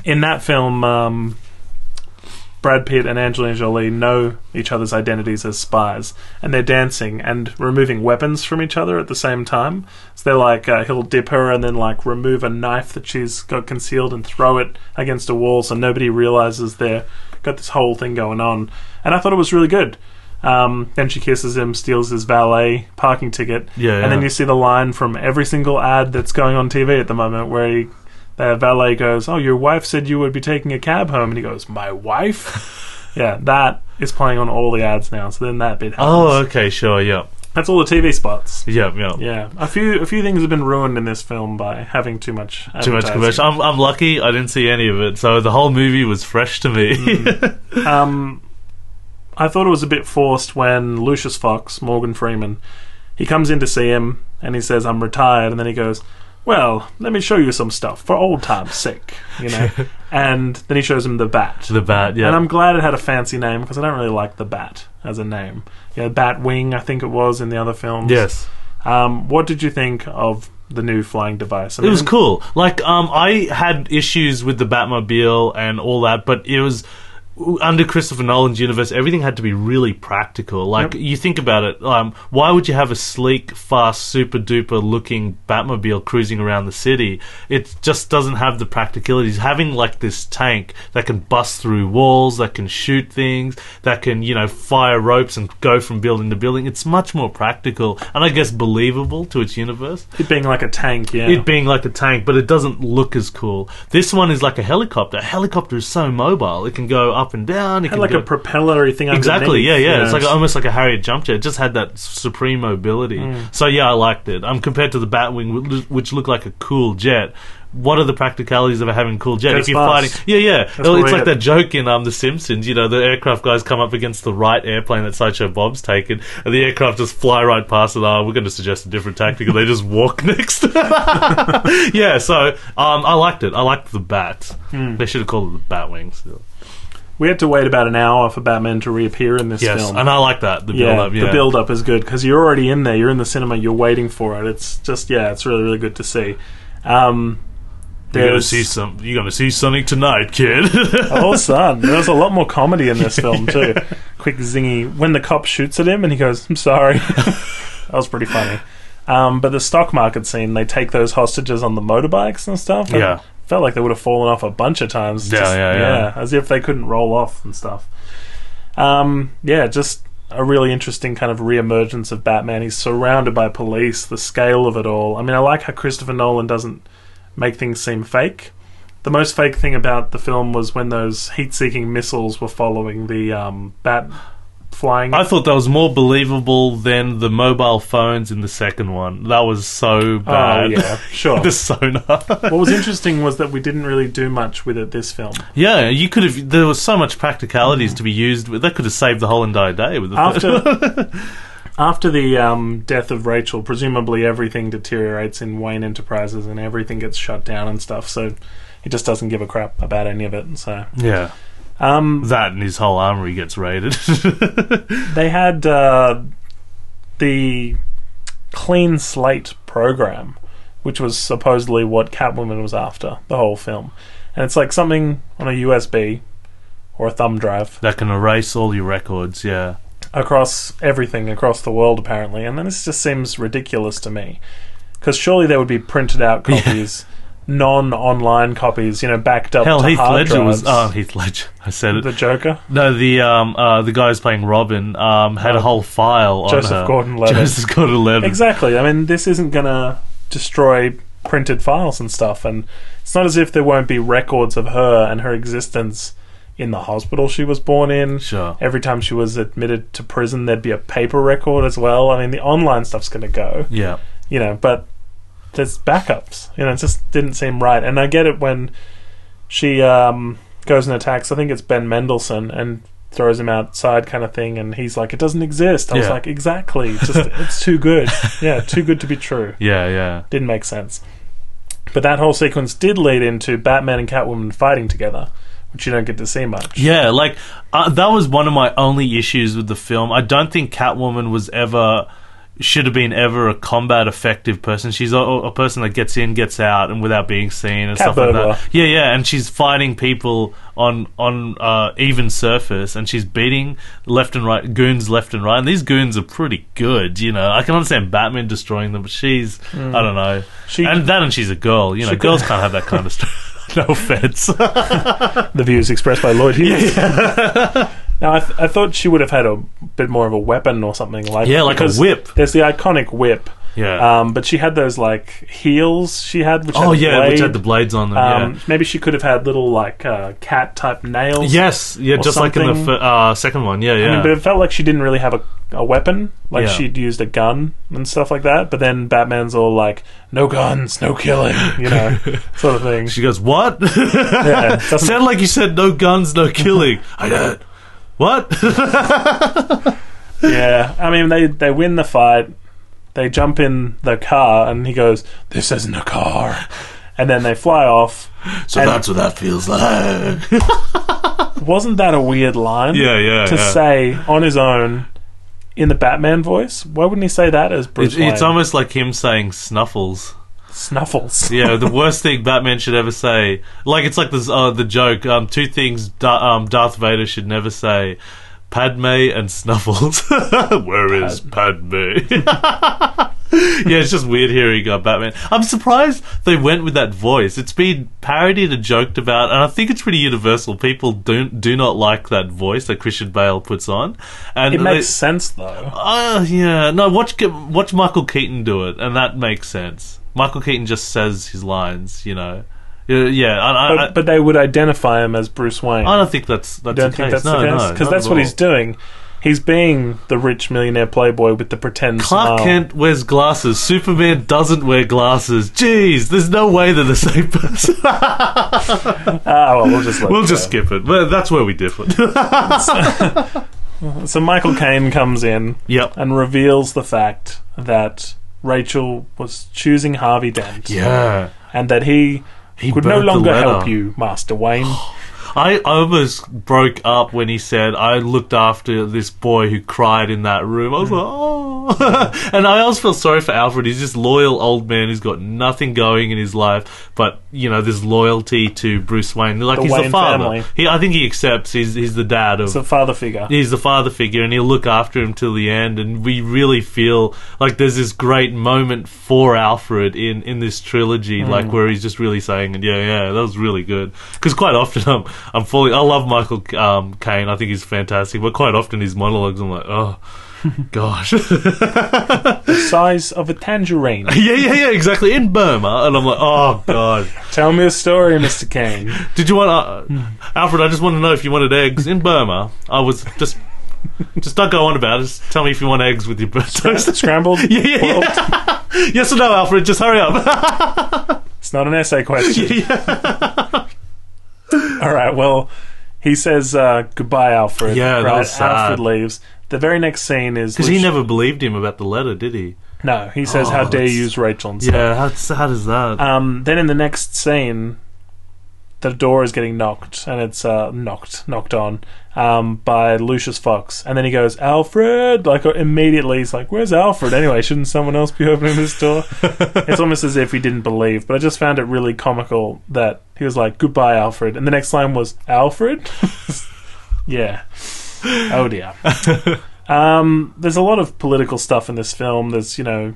A: in that film, um, Brad Pitt and Angelina Jolie know each other's identities as spies, and they're dancing and removing weapons from each other at the same time. So they're like, uh, he'll dip her and then like remove a knife that she's got concealed and throw it against a wall, so nobody realizes they're got this whole thing going on. And I thought it was really good. Um, then she kisses him, steals his valet parking ticket,
B: Yeah,
A: and then
B: yeah.
A: you see the line from every single ad that's going on TV at the moment where he, the valet goes, "Oh, your wife said you would be taking a cab home," and he goes, "My wife." yeah, that is playing on all the ads now. So then that bit happens.
B: oh, okay, sure, yeah.
A: That's all the TV spots.
B: Yeah, yeah.
A: Yeah, a few a few things have been ruined in this film by having too much
B: Too much
A: advertising.
B: commercial. I'm, I'm lucky I didn't see any of it, so the whole movie was fresh to me.
A: Um, I thought it was a bit forced when Lucius Fox, Morgan Freeman, he comes in to see him and he says, "I'm retired," and then he goes, "Well, let me show you some stuff for old times' sake," you know. and then he shows him the bat.
B: the bat, yeah.
A: And I'm glad it had a fancy name because I don't really like the bat as a name. Yeah, Batwing, I think it was in the other films.
B: yes.
A: Um, what did you think of the new flying device? I
B: It was
A: mean,
B: cool. Like, um, I had issues with the Batmobile and all that, but it was under Christopher Nolan's universe. Everything had to be really practical. Like, you think about it. Um, why would you have a sleek, fast, super duper looking Batmobile cruising around the city? It just doesn't have the practicalities. Having like this tank that can bust through walls, that can shoot things, that can you know fire ropes and go from building to building. It's much more practical and I guess believable to its universe
A: It being like a tank, yeah.
B: it being like a tank, but it doesn't look as cool. This one is like a helicopter. A helicopter is so mobile; it can go up and down. It
A: had
B: can
A: like
B: go-
A: a propellery thing
B: exactly,
A: underneath,
B: yeah, yeah.
A: you
B: It's
A: know,
B: like um, almost like a Harriet jump jet. It just had that supreme mobility.
A: Mm.
B: So yeah, I liked it. Um, compared to the Batwing, wh- which looked like a cool jet. What are the practicalities of having cool jet?
A: Goes
B: if you're
A: fast.
B: fighting, yeah, yeah,
A: That's what
B: it's
A: we get.
B: like that joke in um, The Simpsons. You know, the aircraft guys come up against the right airplane that Sideshow Bob's taken, and the aircraft just fly right past it. Ah, we're going to suggest a different tactic, and they just walk next.
A: Hmm.
B: yeah, so um, I liked it. I liked the bat. They should have called it the Batwing. Still.
A: We had to wait about an hour for Batman to reappear in this
B: Yes,
A: film.
B: and I like that. The
A: yeah,
B: build up. Yeah,
A: the build up is good because you're already in there. You're in the cinema. You're waiting for it. It's just yeah, it's really really good to see. Um,
B: You're gonna
A: there's-
B: see some. You're gonna see Sonic tonight, kid.
A: oh son, there's a lot more comedy in this film too. Quick zingy when the cop shoots at him and he goes, "I'm sorry." that was pretty funny. Um, but the stock market scene, they take those hostages on the motorbikes and stuff. and
B: Yeah.
A: felt like they would have fallen off a bunch of times.
B: Yeah, yeah, yeah.
A: as if they couldn't roll off and stuff. Um, yeah, just a really interesting kind of reemergence of Batman. He's surrounded by police. The scale of it all. I mean, I like how Christopher Nolan doesn't make things seem fake. The most fake thing about the film was when those heat-seeking missiles were following the um, bat flying.
B: I thought that was more believable than the mobile phones in the second one. That was so
A: oh
B: bad.
A: yeah, sure.
B: the sonar.
A: what was interesting was that we didn't really do much with it this film.
B: yeah, you could have. There was so much practicalities to be used. with- That could have saved the whole entire day with the
A: after after the um, death of Rachel, presumably everything deteriorates in Wayne Enterprises and everything gets shut down and stuff. So he just doesn't give a crap about any of it. So
B: yeah,
A: um,
B: that and his whole armory gets raided.
A: they had uh, the clean slate program, which was supposedly what Catwoman was after the whole film, and it's like something on a USB or a thumb drive
B: that can erase all your records. Yeah,
A: across everything across the world apparently and then this just seems ridiculous to me because surely there would be printed out copies non-online copies you know backed up
B: hell,
A: to
B: Heath
A: hard
B: Ledger was. Oh,
A: drives.
B: Heath Ledger. I said it.
A: the joker
B: No, the um, uh, the guy who's playing Robin um, had a whole file on
A: Joseph
B: her.
A: Gordon-Levitt.
B: Joseph Gordon-Levitt.
A: exactly i mean this isn't gonna destroy printed files and stuff and it's not as if there won't be records of her and her existence in the hospital she was born in
B: Sure.
A: every time she was admitted to prison there'd be a paper record as well i mean the online stuff's gonna go
B: Yeah.
A: you know, but there's backups. You know, it just didn't seem right. And I get it when she um, goes and attacks. I think it's Ben Mendelsohn and throws him outside, kind of thing. And he's like, "It doesn't exist." I was
B: Yeah.
A: like, "Exactly. Just it's too good. Yeah, too good to be true."
B: Yeah, yeah.
A: Didn't make sense. But that whole sequence did lead into Batman and Catwoman fighting together, which you don't get to see much.
B: Yeah, like uh, that was one of my only issues with the film. I don't think Catwoman was ever should have been ever a combat effective person. She's a, a person that gets in, gets out, and without being seen and
A: Cat
B: stuff
A: burglar.
B: like that. Yeah, yeah, and she's fighting people on on uh, even surface, and she's beating left and right goons left and right. And these goons are pretty good, you know. I can understand Batman destroying them, but she's I don't know.
A: Hmm. She-
B: and that, and she's a girl. You know,
A: could-
B: girls can't have that kind of stuff. no offense.
A: The views expressed by Lloyd Hughes. now, I, th- I thought she would have had a bit more of a weapon or something like
B: Yeah, like a
A: because
B: whip.
A: There's the iconic whip.
B: yeah.
A: Um, but she had those like heels she had, which
B: oh
A: had a
B: yeah, which
A: blade.
B: had the blades on them.
A: um,
B: yeah.
A: Maybe she could have had little like uh, cat type nails.
B: Yes, yeah,
A: or
B: just like in
A: something.
B: the f- uh, second one. Yeah,
A: I
B: yeah.
A: mean, but it felt like she didn't really have a, a weapon. Like
B: Yeah.
A: she'd used a gun and stuff like that. But then Batman's all like, "No guns, no killing," you know, sort of thing.
B: she goes, "What?"
A: Yeah, it doesn't-
B: Sound like you said no guns, no killing. I don't. What?
A: yeah, I mean they they win the fight. They jump in the car, and he goes, "This isn't a car." And then they fly off.
B: so
A: And-
B: that's what that feels like.
A: Wasn't that a weird line?
B: yeah, yeah.
A: to
B: yeah.
A: say on his own in the Batman voice. Why wouldn't he say that as Bruce
B: it's, it's
A: Wayne?
B: almost like him saying snuffles.
A: Snuffles.
B: Yeah, the worst thing Batman should ever say. Like it's like this uh, the joke. Um, two things da- um, Darth Vader should never say: Padme and Snuffles. Where is Padme? yeah, it's just weird hearing uh, Batman. I'm surprised they went with that voice. It's been parodied and joked about, and I think it's pretty universal. People do do not like that voice that Christian Bale puts on, and
A: It
B: they-
A: makes sense though.
B: uh, yeah. No, watch Ge- watch Michael Keaton do it, and that makes sense. Michael Keaton just says his lines, you know. Yeah, yeah I, I,
A: But, but they would identify him as Bruce Wayne.
B: I don't think that's that's
A: don't
B: the
A: think
B: case.
A: that's
B: no,
A: the
B: no,
A: case because
B: not
A: that's
B: at
A: what
B: all.
A: he's doing. He's being the rich millionaire playboy with the pretend
B: Clark
A: smile.
B: Kent wears glasses. Superman doesn't wear glasses. Jeez, there's no way they're the same person.
A: Ah, well, we'll just let
B: we'll
A: it
B: just
A: go.
B: skip it. Well, that's where we differ.
A: So Michael Caine comes in
B: yep.
A: and reveals the fact that Rachel was choosing Harvey Dent,
B: Yeah.
A: and that he
B: He
A: could no
B: burnt the
A: longer
B: letter.
A: help you, Master Wayne.
B: I almost broke up when he said I looked after this boy who cried in that room. I was like, oh, and I always feel sorry for Alfred. He's this loyal old man who's got nothing going in his life, but you know this loyalty to Bruce Wayne. Like
A: The
B: he's
A: Wayne
B: the father.
A: family.
B: He, I think he accepts he's he's the dad of
A: It's a father figure.
B: he's the father figure and he'll look after him till the end and we really feel like there's this great moment for alfred in in this trilogy like where he's just really saying yeah yeah that was really good because quite often i'm i'm fully i love michael um kane i think he's fantastic but quite often his monologues i'm like oh gosh
A: The size of a tangerine.
B: yeah yeah yeah exactly in burma and i'm like oh god
A: Tell me a story, Mr. Kane.
B: Did you want, uh, Alfred? I just want to know if you wanted eggs in Burma. I was just, just don't go on about it. Just tell me if you want eggs with your burnt toast.
A: Scrambled?
B: Yeah, yeah, yeah.
A: Boiled?
B: yes or no, Alfred? Just hurry up.
A: It's not an essay question.
B: yeah,
A: All right. Well, he says uh, goodbye, Alfred.
B: Yeah, that
A: right?
B: was sad.
A: Alfred leaves. The very next scene is
B: because he
A: Luci-
B: never believed him about the letter, did he?
A: No, he says,
B: Oh,
A: "How dare
B: that's-
A: you use Rachel?" And stuff.
B: Yeah, Uh, how sad is that?
A: Um, then in the next scene, the door is getting knocked, and it's uh, knocked, knocked on um, by Lucius Fox. And then he goes, Alfred! Like, uh, immediately he's like, Where's Alfred? Anyway, shouldn't someone else be opening this door? it's almost as if he didn't believe, but I just found it really comical that he was like, Goodbye, Alfred. And the next line was, Alfred? yeah. Oh, dear. um, there's a lot of political stuff in this film. There's, you know,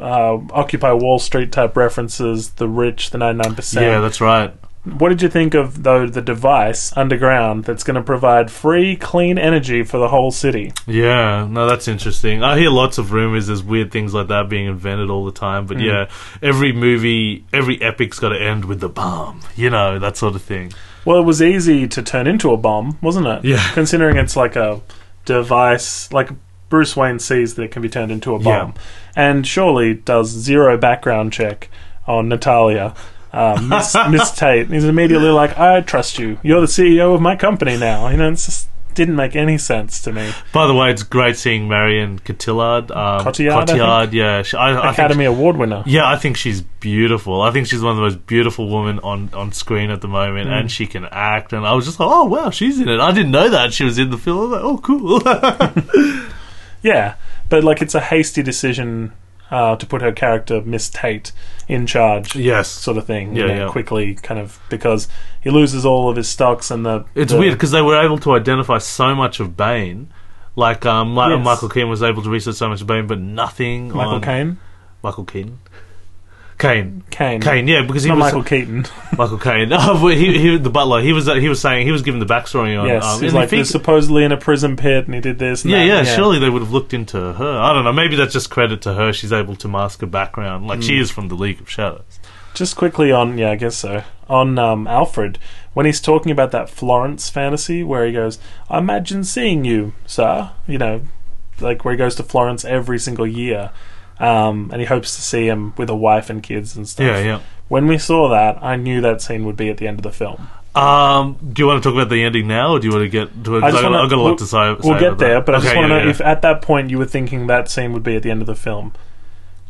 A: uh, Occupy Wall Street type references, the rich, the 99%.
B: yeah, that's right.
A: What did you think of though the device underground that's going to provide free clean energy for the whole city?
B: Yeah, no, that's interesting. I hear lots of rumors. There's weird things like that being invented all the time. But yeah, every movie, every epic's got to end with the bomb. You know that sort of thing.
A: Well, it was easy to turn into a bomb, wasn't it?
B: Yeah.
A: Considering it's like a device, like Bruce Wayne sees that it can be turned into a
B: Yeah.
A: bomb, and surely does zero background check on Natalia. Uh, Miss, Miss Tate He's immediately like, "I trust you. You're the CEO of my company now." You know, it just didn't make any sense to me.
B: By the way, it's great seeing Marion Cotillard. Um,
A: Cotillard, I think.
B: yeah. She, I, I think,
A: Academy Award winner.
B: yeah, I think she's beautiful. I think she's one of the most beautiful women on, on screen at the moment,
A: Mm.
B: and she can act. And I was just like, oh, wow, she's in it. I didn't know that she was in the film. I was like, oh, cool.
A: Yeah, but like it's a hasty decision uh, to put her character Miss Tate in charge,
B: yes.
A: sort of thing. you
B: Yeah,
A: know,
B: yeah.
A: quickly, kind of because he loses all of his stocks and the.
B: It's
A: the-
B: weird because they were able to identify so much of Bane. Like, um, like
A: Yes.
B: Michael Keane was able to research so much of Bane, but nothing
A: Michael
B: on
A: Caine,
B: Michael Keane. Kane.
A: Kane,
B: Kane, yeah, because he
A: not
B: was
A: Michael Keaton.
B: Michael Caine. Oh, but he, he, the butler. He was uh, he was saying he was given the backstory on.
A: yes,
B: um,
A: he's
B: and
A: like
B: he
A: they're
B: fig-
A: supposedly in a prison pit, and he did this. And
B: yeah,
A: that,
B: yeah, Surely they would have looked into her. I don't know. Maybe that's just credit to her. She's able to mask her background. Like
A: Mm.
B: she is from the League of Shadows.
A: Just quickly on, yeah, I guess so. On um, Alfred, when he's talking about that Florence fantasy, where he goes, "I imagine seeing you, sir," you know, like where he goes to Florence every single year, um, and he hopes to see him with a wife and kids and stuff.
B: Yeah, yeah.
A: When we saw that, I knew that scene would be at the end of the film.
B: Um, do you want to talk about the ending now, or do you want to get? Do you,
A: I just wanna-
B: I've got a lot
A: we'll-
B: to say.
A: We'll
B: say
A: get
B: about that.
A: there, but I just
B: Okay,
A: want to
B: yeah,
A: know
B: yeah.
A: if at that point you were thinking that scene would be at the end of the film.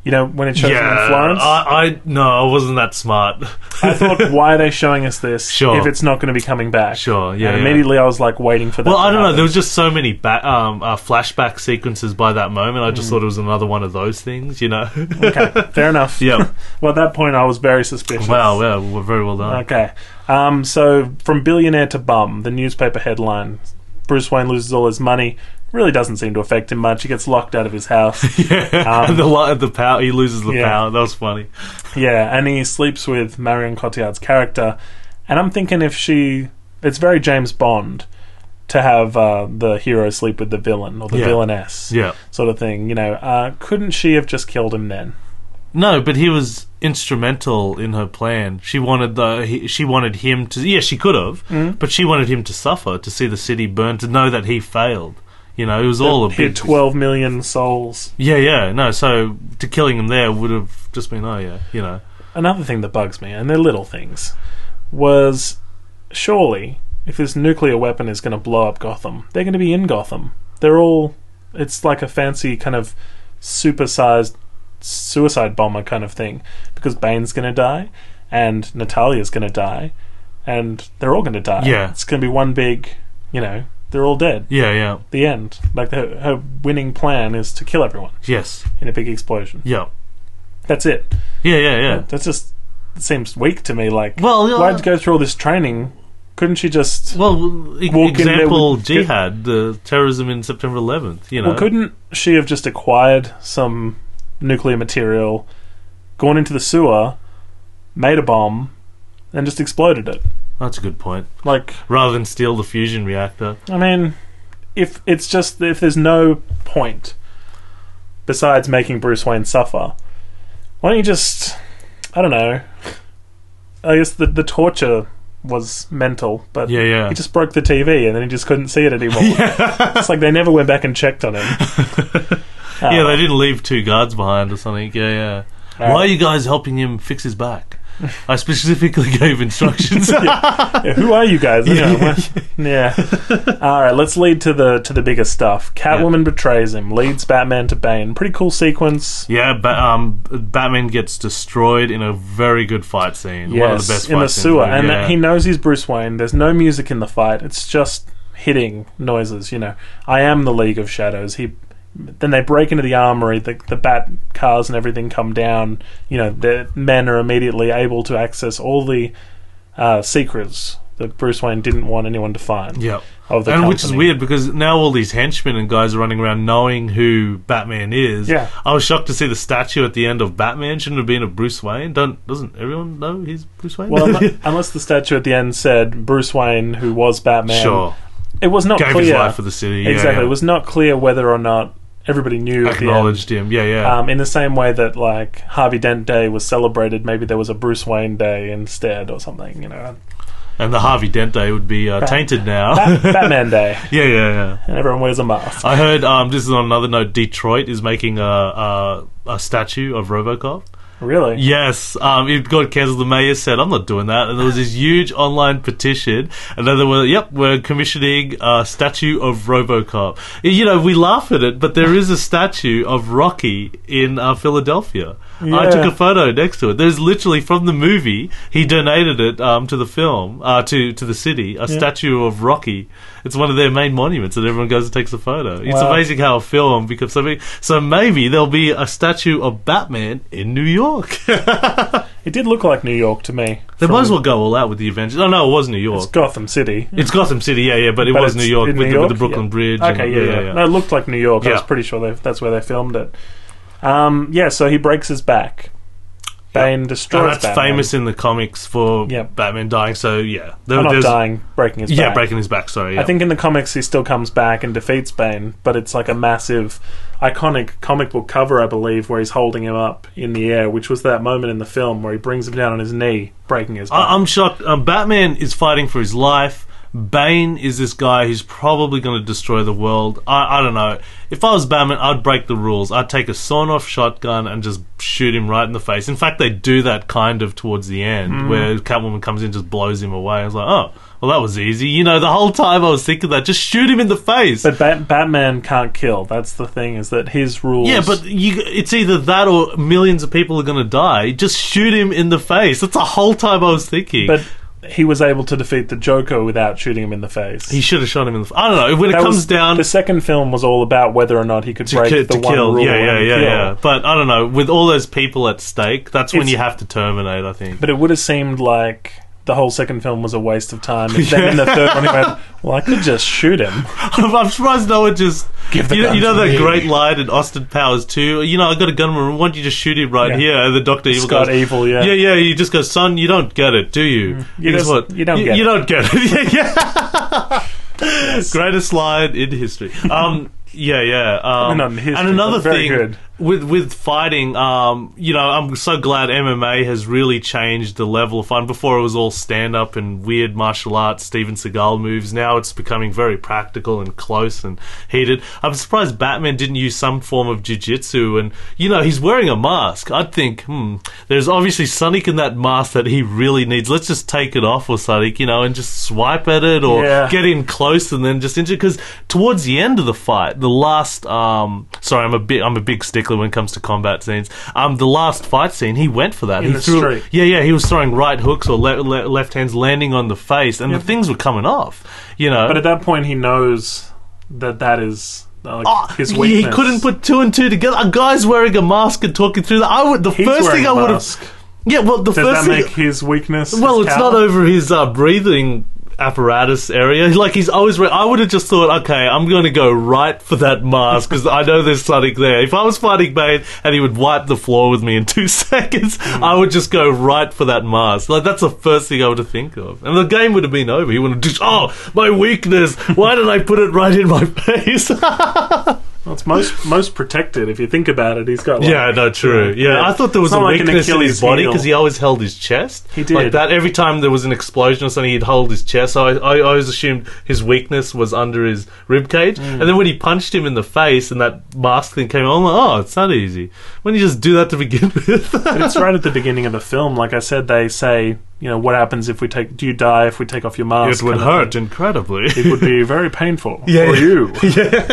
A: You know, when it shows him in Florence,
B: I, I no, I wasn't that smart.
A: I thought, why are they showing us this
B: Sure.
A: if it's not going to be coming back?
B: Sure, yeah,
A: And
B: yeah.
A: immediately I was like waiting for that.
B: Well,
A: to
B: I don't know.
A: happen.
B: There was just so many ba- um, uh, flashback sequences by that moment. I just thought it was another one of those things, you know.
A: Mm. okay, fair enough.
B: yeah.
A: Well, at that point I was very suspicious.
B: Wow. Yeah. We're very well done.
A: Okay. Um, so, from billionaire to bum, the newspaper headline. Bruce Wayne loses all his money. Really doesn't seem to affect him much. He gets locked out of his house.
B: Yeah,
A: Um,
B: the li- the power he loses the
A: yeah.
B: power. That was funny.
A: Yeah, and he sleeps with Marion Cotillard's character. And I'm thinking if she. It's very James Bond to have uh, the hero sleep with the villain or the
B: Yeah.
A: villainess
B: Yeah.
A: sort of thing. You know, uh, couldn't she have just killed him then?
B: No, but he was instrumental in her plan. She wanted the he, she wanted him to yeah she could have,
A: Mm.
B: but she wanted him to suffer to see the city burn to know that he failed. You know, it was all a
A: He had
B: big
A: 12 million souls.
B: yeah yeah no. So to killing him there would have just been oh yeah you know
A: Another thing that bugs me, and they're little things, was surely if this nuclear weapon is going to blow up Gotham, they're going to be in Gotham. They're all. It's like a fancy kind of supersized suicide bomber kind of thing because Bane's going to die and Natalia's going to die and they're all going to die.
B: Yeah.
A: It's going to be one big, you know, they're all dead.
B: Yeah, yeah.
A: The end. Like her, her winning plan is to kill everyone
B: Yes.
A: in a big explosion.
B: Yeah.
A: That's it.
B: Yeah, yeah, yeah.
A: That's just it seems weak to me. Like,
B: Well, uh,
A: why'd you go through all this training? Couldn't she just?
B: Well, e-
A: Walk in there
B: example
A: with-
B: jihad, the terrorism in September 11th. You know,
A: Well, couldn't she have just acquired some nuclear material, gone into the sewer, made a bomb, and just exploded it?
B: that's a good point.
A: Like,
B: Rather than steal the fusion reactor,
A: I mean, if it's just if there's no point besides making Bruce Wayne suffer, why don't you just I don't know. I guess the the torture was mental, but
B: yeah, yeah,
A: he just broke the TV and then he just couldn't see it anymore. it's like they never went back and checked on him. Uh,
B: yeah. They didn't leave two guards behind or something. Yeah, yeah.
A: uh,
B: Why are you guys helping him fix his back? I specifically gave instructions.
A: yeah, who are you guys?
B: Yeah.
A: Anyway, why- yeah. All right, let's lead to the to the bigger stuff. Catwoman betrays him, leads Batman to Bane. Pretty cool sequence.
B: yeah, ba- um, Batman gets destroyed in a very good fight scene. One of the best
A: in the
B: fight scenes
A: sewer,
B: ever,
A: and
B: yeah.
A: he knows he's Bruce Wayne. There's no music in the fight; it's just hitting noises. You know, I am the League of Shadows. He, then they break into the armory. The the bat cars and everything come down. You know, the men are immediately able to access all the uh, secrets that Bruce Wayne didn't want anyone to find.
B: yeah.
A: of the
B: and which is
A: company.
B: weird because now all these henchmen and guys are running around knowing who Batman is.
A: Yeah.
B: I was shocked to see the statue at the end of Batman shouldn't have been of Bruce Wayne. Don't doesn't everyone know he's Bruce Wayne?
A: Well, unle- unless the statue at the end said Bruce Wayne, who was Batman,
B: sure,
A: it was not
B: gave
A: clear.
B: his life for the city. Yeah,
A: exactly,
B: yeah.
A: it was not clear whether or not everybody knew. at the end.
B: acknowledged him. Yeah, yeah,
A: Um, in the same way that like Harvey Dent Day was celebrated, maybe there was a Bruce Wayne Day instead or something. You know,
B: and the Harvey Dent day would be uh,
A: Bat-
B: tainted now.
A: Bat- Batman Day,
B: yeah, yeah, yeah.
A: and everyone wears a mask.
B: I heard. Um, this is on another note. Detroit is making a a, a statue of RoboCop.
A: Really?
B: Yes, um, it got cancelled. The mayor said, "I'm not doing that," and there was this huge online petition, and then they were, "Yep, we're commissioning a statue of RoboCop." You know, we laugh at it, but there is a statue of Rocky in uh, Philadelphia. I
A: Yeah.
B: took a photo next to it. There's literally from the movie. He donated it um, to the film, uh, to to the city, a statue of Rocky. It's one of their main monuments, and everyone goes and takes a photo. It's
A: Wow.
B: amazing how a film becomes something. So maybe there'll be a statue of Batman in New York.
A: It did look like New York to me.
B: They
A: from-
B: might as well go all out with the Avengers. Oh no, it was New York.
A: It's
B: It's,
A: Gotham City.
B: Gotham City, yeah, yeah, but it
A: But
B: was
A: it's
B: New York,
A: in
B: with,
A: New
B: the, with
A: York?
B: the Brooklyn
A: Yeah.
B: Bridge. and-
A: Okay, yeah, yeah, No, it looked like New York. I was
B: Yeah.
A: pretty sure they, that's where they filmed it. Um, yeah, so he breaks his back. Bane destroys.
B: And that's
A: Batman.
B: famous in the comics for
A: Yeah.
B: Batman dying. So yeah, there,
A: I'm not
B: there's-
A: dying, breaking his
B: yeah,
A: back.
B: breaking his back. Sorry, yeah.
A: I think in the comics he still comes back and defeats Bane, but it's like a massive, iconic comic book cover, I believe, where he's holding him up in the air, which was that moment in the film where he brings him down on his knee, breaking his back.
B: I, I'm shocked. Um, Batman is fighting for his life. Bane is this guy who's probably going to destroy the world. I, I don't know. If I was Batman, I'd break the rules. I'd take a sawn off shotgun and just shoot him right in the face. In fact, they do that kind of towards the end where Catwoman comes in just blows him away. I was like, oh, well, that was easy. You know, the whole time I was thinking that. Just shoot him in the face.
A: but Bat- Batman can't kill. That's the thing, is that his rules.
B: yeah, but you, it's either that or millions of people are going to die. Just shoot him in the face. That's the whole time I was thinking.
A: But he was able to defeat the Joker without shooting him in the face.
B: he should have shot him in the. F- I don't know. When it
A: That
B: comes
A: was-
B: down,
A: The second film was all about whether or not he could
B: to,
A: break
B: ki-
A: the
B: to
A: one
B: kill.
A: rule.
B: yeah, yeah,
A: and
B: yeah,
A: kill.
B: yeah. But I don't know. With all those people at stake, that's when
A: It's-
B: you have to terminate. I think.
A: But it would have seemed like the whole second film was a waste of time. And then in the third one, he went, "Well, I could just shoot him."
B: I'm surprised no one just.
A: Give the
B: you, know,
A: gun
B: you know
A: to
B: that
A: me.
B: great line in Austin Powers too. You know, I got a gun. in my room, Why don't you just shoot him right
A: Yeah.
B: here? And the Doctor Evil
A: Scott
B: goes,
A: Evil, yeah. Mm.
B: Yeah, yeah. You just go, son. You don't get it, do you?
A: You
B: Guess
A: just- you don't get
B: you
A: it."
B: don't get it. yeah, yeah. Greatest line in history. Um. Yeah, yeah. Um,
A: Not in history,
B: and another
A: but very
B: thing
A: good.
B: with with fighting, um, you know, I'm so glad MMA has really changed the level of fun. Before it was all stand up and weird martial arts, Steven Seagal moves. Now it's becoming very practical and close and heated. I'm surprised Batman didn't use some form of jiu-jitsu and you know, he's wearing a mask. I'd think, hmm, there's obviously Sonic in that mask that he really needs. Let's just take it off or Sonic, you know, and just swipe at it or
A: Yeah.
B: get in close and then just injure because towards the end of the fight, the last um sorry, I'm a bit I'm a big stick particularly when it comes to combat scenes. Um, the last fight scene, he went for that.
A: In
B: he
A: the
B: threw,
A: street.
B: Yeah, yeah, he was throwing right hooks or le- le- left hands landing on the face, and the things were coming off. You know,
A: But at that point, he knows that that is uh, like,
B: Ah,
A: his
B: yeah,
A: weakness.
B: He couldn't put two and two together. A guy's wearing a mask and talking through that. I would. The
A: He's
B: first
A: wearing
B: thing
A: a
B: I would have.
A: mask.
B: Yeah, well, the
A: Does
B: first
A: that
B: thing.
A: make his weakness?
B: well,
A: his
B: it's
A: power?
B: not over his uh, breathing apparatus area. Like he's always. Re- I would have just thought, okay, I'm going to go right for that mask because I know there's something there. If I was fighting Bane and he would wipe the floor with me in two seconds, I would just go right for that mask. Like that's the first thing I would have think of, and the game would have been over. He would have just, oh, my weakness. Why did I put it right in my face?
A: Well, it's most most protected if you think about it. He's got like,
B: yeah, no, true. Yeah, I thought there was
A: It's
B: a
A: not like an
B: weakness in his
A: Achilles
B: body
A: heel.
B: because he always held his chest.
A: He
B: like
A: did.
B: that. Every time there was an explosion or something, he'd hold his chest. So I, I always assumed his weakness was under his rib cage.
A: Mm.
B: And then when he punched him in the face and that mask thing came, on, I'm like, oh, it's not easy. When you just do that to begin with,
A: But it's right at the beginning of the film. Like I said, they say, you know, what happens if we take? Do you die if we take off your mask? kind of thing.
B: incredibly.
A: It would be very painful
B: Yeah,
A: for
B: yeah.
A: you.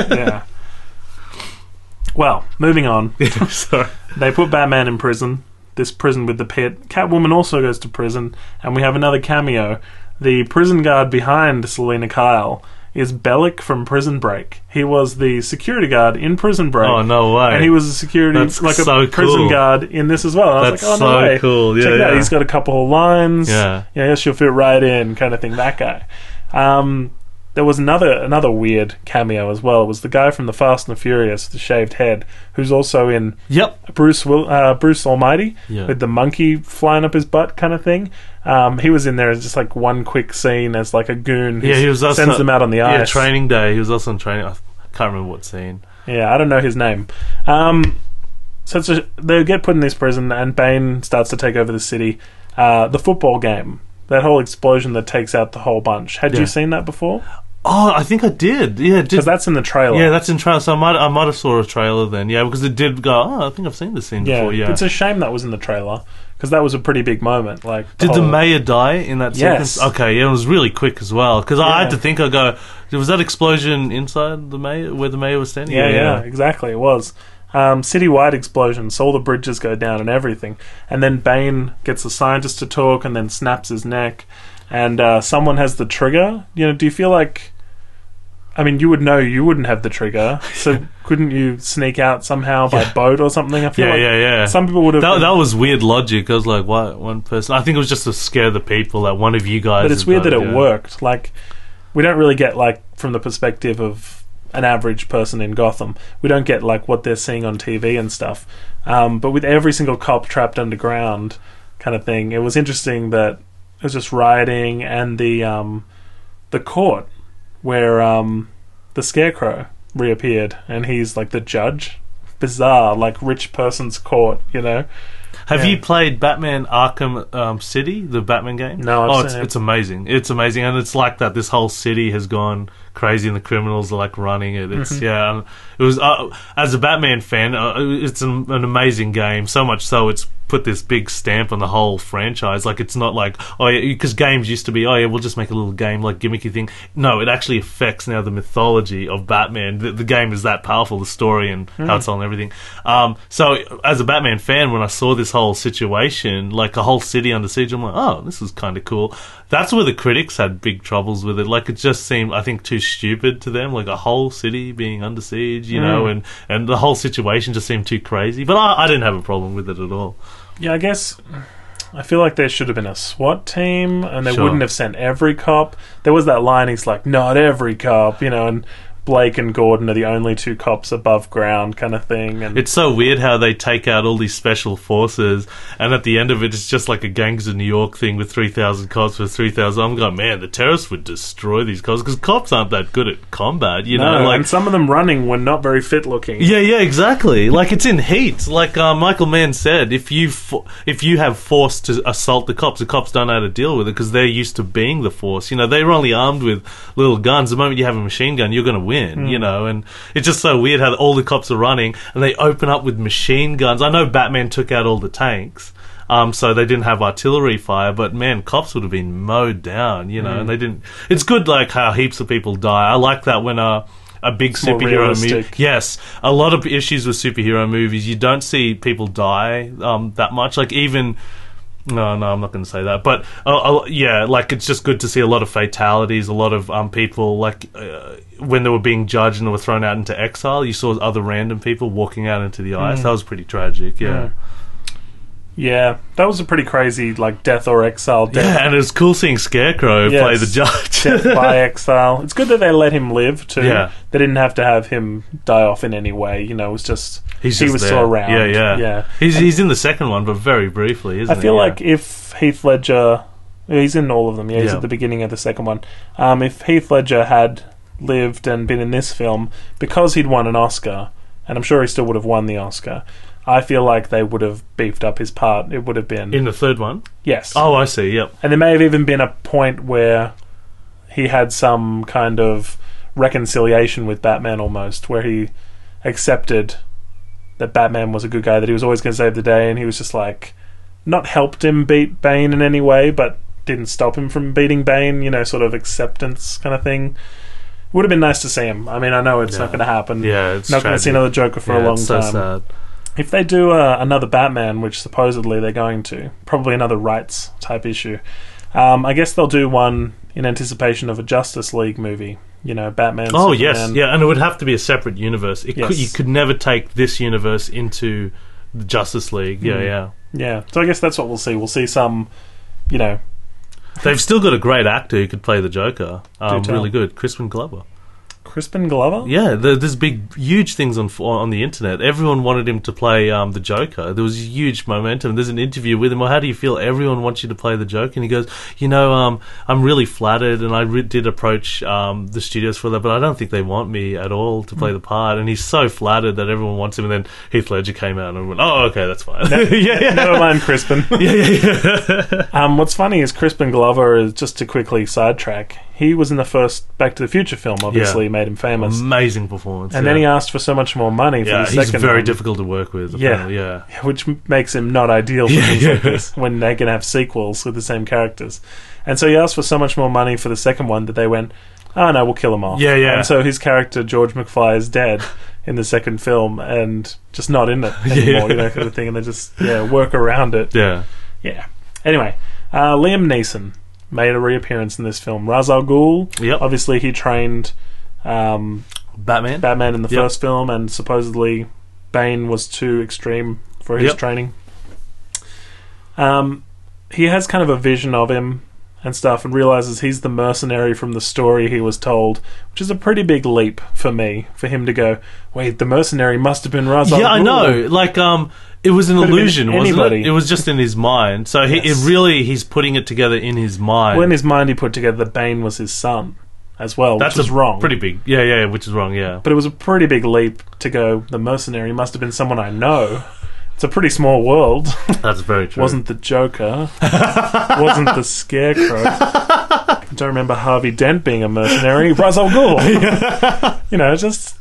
A: yeah. Well, moving on.
B: Sorry.
A: They put Batman in prison. This prison with the pit. Catwoman also goes to prison, and we have another cameo. The prison guard behind Selena Kyle is Bellic from Prison Break. He was the security guard in Prison Break.
B: Oh no way!
A: And he was a security,
B: That's
A: like a
B: so
A: prison
B: cool.
A: guard in this as well. And I
B: That's
A: was like, oh, no
B: so
A: way.
B: cool.
A: Check
B: Yeah,
A: it out.
B: yeah.
A: He's got a couple of lines.
B: Yeah.
A: Yeah, yes, you'll fit right in, kind of thing. That guy. Um, there was another another weird cameo as well. It was the guy from the Fast and the Furious, the shaved head, who's also in
B: Yep.
A: Bruce Will, uh, Bruce Almighty
B: Yeah.
A: with the monkey flying up his butt, kind of thing. Um, he was in there as just like one quick scene as like a goon. who
B: Yeah, he was also
A: sends them out on the ice.
B: Yeah, training day. He was also on training. I can't remember what scene.
A: Yeah, I don't know his name. Um, so it's a, they get put in this prison, and Bane starts to take over the city. Uh, the football game, that whole explosion that takes out the whole bunch. Had
B: Yeah.
A: you seen that before?
B: Oh, I think I did. Yeah, did,
A: Because that's in the trailer.
B: Yeah, that's in trailer. So I might I might have saw a trailer then. Yeah, because it did go. Oh, I think I've seen this scene
A: Yeah,
B: before. Yeah.
A: It's a shame that was in the trailer because that was a pretty big moment. Like,
B: did the
A: whole-
B: mayor die in that
A: Yes.
B: sequence? Okay, yeah, it was really quick as well. Because I had
A: Yeah.
B: to think. I go, was that explosion inside the mayor where the mayor was standing?
A: Yeah, yeah, exactly. It was. Um, citywide explosions, so all the bridges go down and everything. And then Bane gets the scientist to talk and then snaps his neck. And uh, someone has the trigger. You know, do you feel like. I mean, you would know you wouldn't have the trigger, so couldn't you sneak out somehow by boat or something? I feel
B: Yeah,
A: like
B: yeah, yeah.
A: some people would have.
B: That,
A: been-
B: that was weird logic. I was like, why one person? I think it was just to scare the people that one of you guys.
A: but it's
B: had
A: weird that
B: died,
A: it
B: yeah.
A: worked. Like, we don't really get like from the perspective of an average person in Gotham. We don't get like what they're seeing on TV and stuff. Um, but with every single cop trapped underground, kind of thing, it was interesting that it was just rioting and the um, the court where um, the Scarecrow reappeared and he's like the judge. Bizarre, like rich person's court, you know.
B: Have
A: Yeah.
B: you played Batman Arkham um, City, the Batman game?
A: No, I've
B: oh,
A: seen
B: it's,
A: it.
B: it's amazing. It's amazing, and it's like that. This whole city has gone crazy, and the criminals are like running it. It's yeah. um, It was uh, as a Batman fan, uh, it's an, an amazing game. So much so, it's put this big stamp on the whole franchise. Like it's not like oh yeah, because games used to be oh yeah, we'll just make a little game like gimmicky thing. No, it actually affects now the mythology of Batman. The, the game is that powerful, the story and how it's on and everything. Um, so as a Batman fan, when I saw this whole situation, like a whole city under siege, I'm like, oh, this is kind of cool. That's where the critics had big troubles with it. Like it just seemed, I think, too stupid to them. Like a whole city being under siege, you know, and and the whole situation just seemed too crazy. But I, I didn't have a problem with it at all.
A: Yeah, I guess I feel like there should have been a SWAT team, and they
B: Sure.
A: wouldn't have sent every cop. There was that line, he's like, "Not every cop," you know, and Blake and Gordon are the only two cops above ground, kind of thing. And
B: It's so weird how they take out all these special forces, and at the end of it, it's just like a Gangs of New York thing with 3,000 cops for 3,000. I'm going, man, the terrorists would destroy these cops because cops aren't that good at combat, you
A: no,
B: know? Like,
A: and some of them running were not very fit looking.
B: yeah, yeah, exactly. Like it's in heat. Like uh, Michael Mann said, if you fo- if you have force to assault the cops, the cops don't know how to deal with it because they're used to being the force. You know, they're only armed with little guns. The moment you have a machine gun, you're going to win. You know, and it's just so weird how all the cops are running and they open up with machine guns. I know Batman took out all the tanks. Um, so they didn't have artillery fire, but man, cops would have been mowed down, you know. And they didn't. It's good, like how heaps of people die. I like that when uh, a big
A: more
B: superhero movie.
A: realistic.
B: Yes, a lot of issues with superhero movies. You don't see people die um, that much. Like even. No, no, I'm not going to say that. But uh, uh, yeah, like it's just good to see a lot of fatalities, a lot of um, people like uh, when they were being judged and they were thrown out into exile. You saw other random people walking out into
A: Mm.
B: the ice. That was pretty tragic. Yeah,
A: Yeah, that was a pretty crazy like death or exile, death,
B: yeah, and it was cool seeing Scarecrow
A: Yes.
B: play the judge.
A: death by exile. It's good that they let him live too.
B: Yeah.
A: They didn't have to have him die off in any way. You know, it was just
B: He's
A: he
B: just
A: was
B: there.
A: still around.
B: Yeah, yeah,
A: yeah.
B: He's he's in the second one, but very briefly, isn't
A: I feel
B: he? Yeah.
A: like if Heath Ledger, yeah, he's in all of them. Yeah, he's
B: Yeah.
A: at the beginning of the second one. Um, if Heath Ledger had lived and been in this film, because he'd won an Oscar, and I'm sure he still would have won the Oscar. I feel like they would have beefed up his part. It would have been
B: in the third one.
A: yes.
B: Oh, I see. Yep.
A: And there may have even been a point where he had some kind of reconciliation with Batman almost, where he accepted that Batman was a good guy, that he was always going to save the day, and he was just like, not helped him beat Bane in any way, but didn't stop him from beating Bane, you know, sort of acceptance kind of thing. Would have been nice to see him. I mean, I know it's
B: Yeah.
A: not going to happen.
B: Yeah, it's
A: Not going to see
B: tragic.
A: another Joker for a
B: Yeah,
A: long
B: it's so
A: time.
B: sad.
A: If they do uh, another Batman, which supposedly they're going to, probably another rights type issue, um, I guess they'll do one in anticipation of a Justice League movie. You know, Batman.
B: Oh
A: Superman.
B: yes, yeah, and it would have to be a separate universe. It could,
A: Yes.
B: you could never take this universe into the Justice League. Yeah,
A: Mm.
B: yeah.
A: yeah. So I guess that's what we'll see. We'll see some, you know,
B: They've still got a great actor who could play the Joker. Um,
A: tell.
B: really good, Crispin Glover.
A: Crispin Glover.
B: Yeah, there, there's big, huge things on on the internet. Everyone wanted him to play um, the Joker. There was huge momentum. There's an interview with him. Well, how do you feel? Everyone wants you to play the Joker, and he goes, "You know, um, I'm really flattered, and I re- did approach um, the studios for that, but I don't think they want me at all to play the part." And he's so flattered that everyone wants him. And then Heath Ledger came out and went, "Oh, okay, that's fine." yeah, yeah,
A: Never mind Crispin.
B: yeah, yeah, yeah.
A: um, what's funny is Crispin Glover is just to quickly sidetrack. He was in the first Back to the Future film. Obviously, made him famous.
B: Amazing performance.
A: and
B: Oh, yeah.
A: then he asked for so much more money for
B: yeah,
A: the
B: he's
A: second
B: very
A: one.
B: difficult to work with.
A: Yeah.
B: apparently, yeah.
A: which m- makes him not ideal for
B: Yeah,
A: things like
B: yeah.
A: this when they can have sequels with the same characters. And so he asked for so much more money for the second one that they went, "Oh no, we'll kill him off."
B: Yeah, yeah.
A: And so his character George McFly is dead in the second film and just not in it anymore, you know, kind of thing. And they just yeah work around it.
B: yeah.
A: Yeah. Anyway, uh, Liam Neeson made a reappearance in this film. Ra's al Ghul,
B: Yep.
A: obviously he trained um,
B: Batman.
A: Batman in the
B: Yep.
A: first film, and supposedly Bane was too extreme for his
B: Yep.
A: training. Um, he has kind of a vision of him and stuff, and realizes he's the mercenary from the story he was told, which is a pretty big leap for me for him to go. Wait, the mercenary must have been Ra's al
B: yeah, I
A: Ghul."
B: know. Like, um, it was an
A: Could've been
B: illusion, wasn't
A: anybody.
B: it? It was just in his mind. So he,
A: Yes.
B: it really, he's putting it together in his mind.
A: Well, in his mind, he put together that Bane was his son as well,
B: That's
A: which is
B: a
A: wrong.
B: Pretty big. Yeah, yeah, which is wrong. Yeah.
A: but it was a pretty big leap to go. The mercenary must have been someone I know. It's a pretty small world.
B: That's very true.
A: Wasn't the Joker. wasn't the Scarecrow. Don't remember Harvey Dent being a mercenary. Ra's al Ghul. you know, just.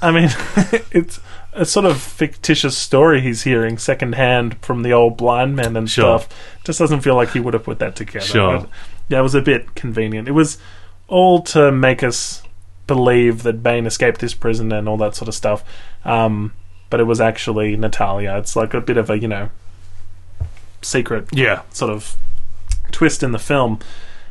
A: I mean, it's a sort of fictitious story he's hearing secondhand from the old blind man and
B: Sure.
A: stuff. Just doesn't feel like he would have put that together.
B: Sure.
A: But, yeah, it was a bit convenient. It was all to make us believe that Bane escaped this prison and all that sort of stuff. Um, but it was actually Natalia. It's like a bit of a, you know, secret
B: Yeah.
A: sort of twist in the film.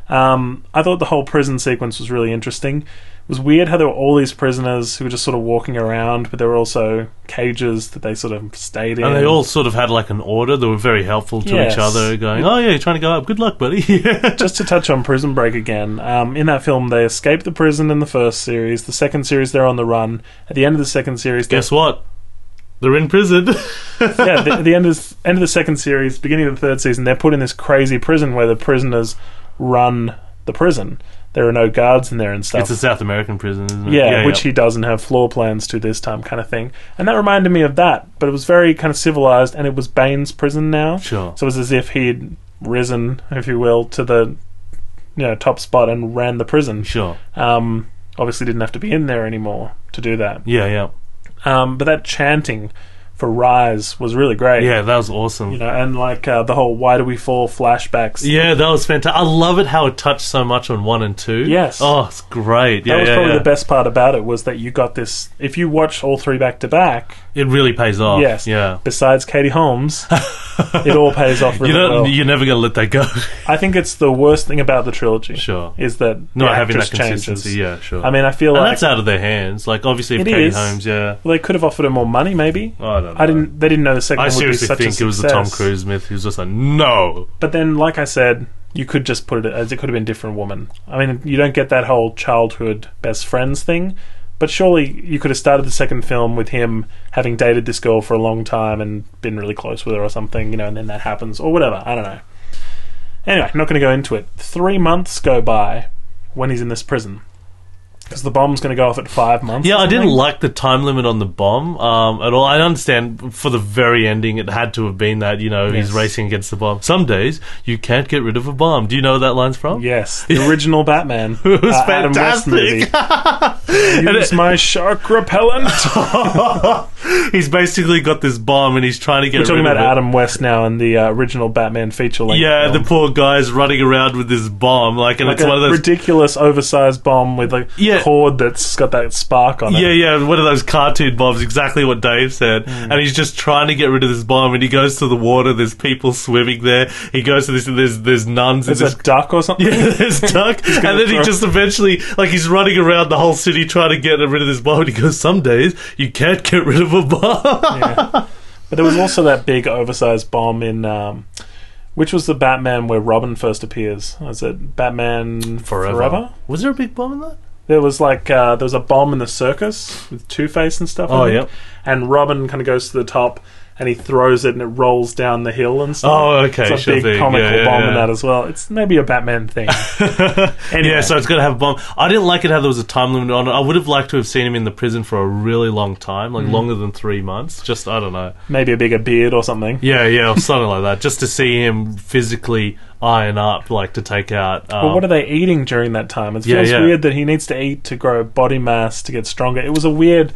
A: Um, I thought the whole prison sequence was really interesting. It was weird how there were all these prisoners who were just sort of walking around, but there were also cages that they sort of stayed in.
B: And they all sort of had like an order. They were very helpful to
A: Yes.
B: each other, going, "Oh yeah, you're trying to go up. Good luck, buddy." yeah.
A: just to touch on Prison Break again, um, in that film they escape the prison in the first series. The second series they're on the run. At the end of the second series, they're
B: Guess what? They're in prison.
A: yeah, the, the end of end of the second series, beginning of the third season, they're put in this crazy prison where the prisoners run the prison. There are no guards in there and stuff.
B: it's a South American prison, isn't it?
A: yeah, which he doesn't have floor plans to this time, kind of thing. And that reminded me of that, but it was very kind of civilized, and it was Bane's prison now,
B: Sure.
A: so it was as if he'd risen, if you will, to the you know top spot and ran the prison.
B: Sure.
A: Um, obviously, didn't have to be in there anymore to do that.
B: Yeah. Yeah.
A: Um, but that chanting for Rise was really great.
B: Yeah, that was awesome.
A: You know, and like uh, the whole "Why Do We Fall" flashbacks.
B: Yeah, that was fantastic. I love it how it touched so much on one and two.
A: Yes.
B: Oh, it's great.
A: That
B: Yeah,
A: was
B: yeah,
A: probably
B: yeah.
A: the best part about it was that you got this. If you watch all three back to back,
B: It really pays off.
A: Yes.
B: Yeah.
A: besides Katie Holmes, it all pays off really
B: you don't.
A: well.
B: You're never gonna let that go.
A: I think it's the worst thing about the trilogy
B: sure.
A: is that
B: Not
A: the
B: having that
A: actress
B: consistency.
A: changes.
B: Yeah. Sure.
A: I mean, I feel
B: and
A: like
B: that's out of their hands. Like obviously, if
A: It
B: Katie
A: is.
B: Holmes. Yeah.
A: well, they could have offered her more money. Maybe
B: I don't. Know.
A: I didn't. They didn't know the second
B: I
A: one would be
B: seriously
A: such a
B: think
A: success.
B: it was the Tom Cruise myth. He was just like, no.
A: But then, like I said, you could just put it as it could have been different woman. I mean, you don't get that whole childhood best friends thing. But surely you could have started the second film with him having dated this girl for a long time and been really close with her or something, you know, and then that happens or whatever. I don't know. Anyway, I'm not going to go into it. Three months go by when he's in this prison because the bomb's going to go off at five months.
B: Yeah,
A: or
B: I didn't
A: something.
B: like the time limit on the bomb um, at all. I understand for the very ending, it had to have been that you know
A: Yes.
B: he's racing against the bomb. Some days you can't get rid of a bomb. Do you know where that line's from?
A: Yes, the original Batman.
B: It was
A: uh, Adam West movie.
B: fantastic. And
A: Use my shark repellent.
B: he's basically got this bomb and he's trying to get
A: We're
B: rid
A: talking
B: of
A: about
B: it.
A: Adam West now and the uh, original Batman feature length.
B: Yeah,
A: film.
B: the poor guy's running around with this bomb, um, like, and
A: like
B: it's
A: a
B: one of those.
A: ridiculous oversized bomb with like
B: Yeah.
A: cord that's got that spark on it.
B: yeah, yeah, one of those cartoon bombs, exactly what Dave said. And he's just trying to get rid of this bomb, and he goes to the water. There's people swimming there. He goes to this. There's there's nuns. in
A: It's
B: this
A: a duck or something.
B: Yeah, there's Duck. and then he
A: throw-
B: just eventually, like, he's running around the whole city trying to get rid of this bomb. And he goes, Some days you can't get rid of a bomb.
A: But there was also that big oversized bomb in um, which was the Batman where Robin first appears. Was it Batman
B: Was there a big bomb in that?
A: There was like uh, there was a bomb in the circus with Two Face and stuff. I
B: Oh,
A: think.
B: yep.
A: And Robin kind of goes to the top and he throws it and it rolls down the hill and stuff.
B: Oh, okay.
A: It's a
B: sure
A: big
B: thing.
A: comical
B: Yeah, yeah,
A: bomb
B: yeah.
A: in that as well. It's maybe a Batman thing. anyway,
B: Yeah, so it's going to have a bomb. I didn't like it how there was a time limit on it. I would have liked to have seen him in the prison for a really long time,
A: Mm.
B: like longer than three months. Just, I don't know.
A: maybe a bigger beard or something.
B: Yeah, yeah, or something like that. Just to see him physically iron up, like to take out. Um,
A: But what are they eating during that time? It
B: Yeah,
A: feels
B: yeah.
A: weird that he needs to eat to grow body mass to get stronger. It was a weird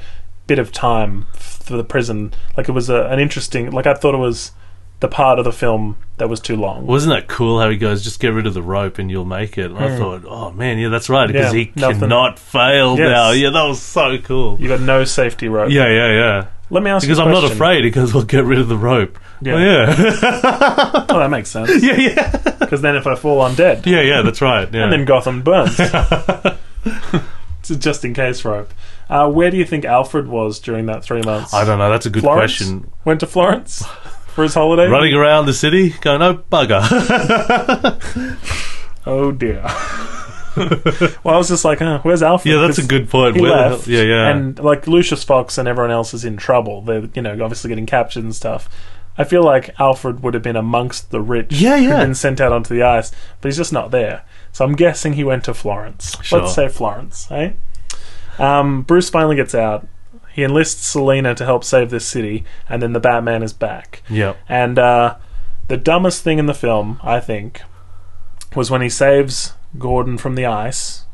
A: bit of time f- for the prison. Like it was a, an interesting. Like I thought it was the part of the film that was too long.
B: Wasn't that cool how he goes, just get rid of the rope and you'll make it? And I thought, oh man, yeah, that's right, because
A: Hmm. Yeah,
B: he
A: nothing-
B: cannot fail
A: Yes.
B: now. Yeah, that was so cool.
A: You got no safety rope.
B: Yeah, yeah, yeah.
A: Let me ask
B: Because
A: you a
B: I'm not
A: question.
B: afraid. He goes, well, get rid of the rope.
A: Yeah.
B: Yeah, yeah.
A: Oh, that makes sense.
B: yeah, yeah,
A: Because then if I fall, I'm dead.
B: yeah, yeah. That's right. Yeah.
A: And then Gotham burns. it's a just in case rope. Uh, where do you think Alfred was during that three months?
B: I don't know. That's a good
A: Florence?
B: question.
A: Went to Florence for his holiday?
B: Running around the city, going, oh bugger.
A: Oh, dear. well, I was just like, huh, where's Alfred?
B: yeah, that's a
A: 'Cause
B: good point.
A: He
B: Where the hell-
A: left,
B: yeah, yeah.
A: And like Lucius Fox and everyone else is in trouble. They're you know obviously getting captured and stuff. I feel like Alfred would have been amongst the rich.
B: Yeah,
A: who'd
B: yeah.
A: Been sent out onto the ice, but he's just not there. So I'm guessing he went to Florence.
B: Sure.
A: Let's say Florence, eh? Um, Bruce finally gets out. He enlists Selina to help save this city, and then the Batman is back.
B: yeah.
A: And uh, the dumbest thing in the film, I think, was when he saves Gordon from the ice,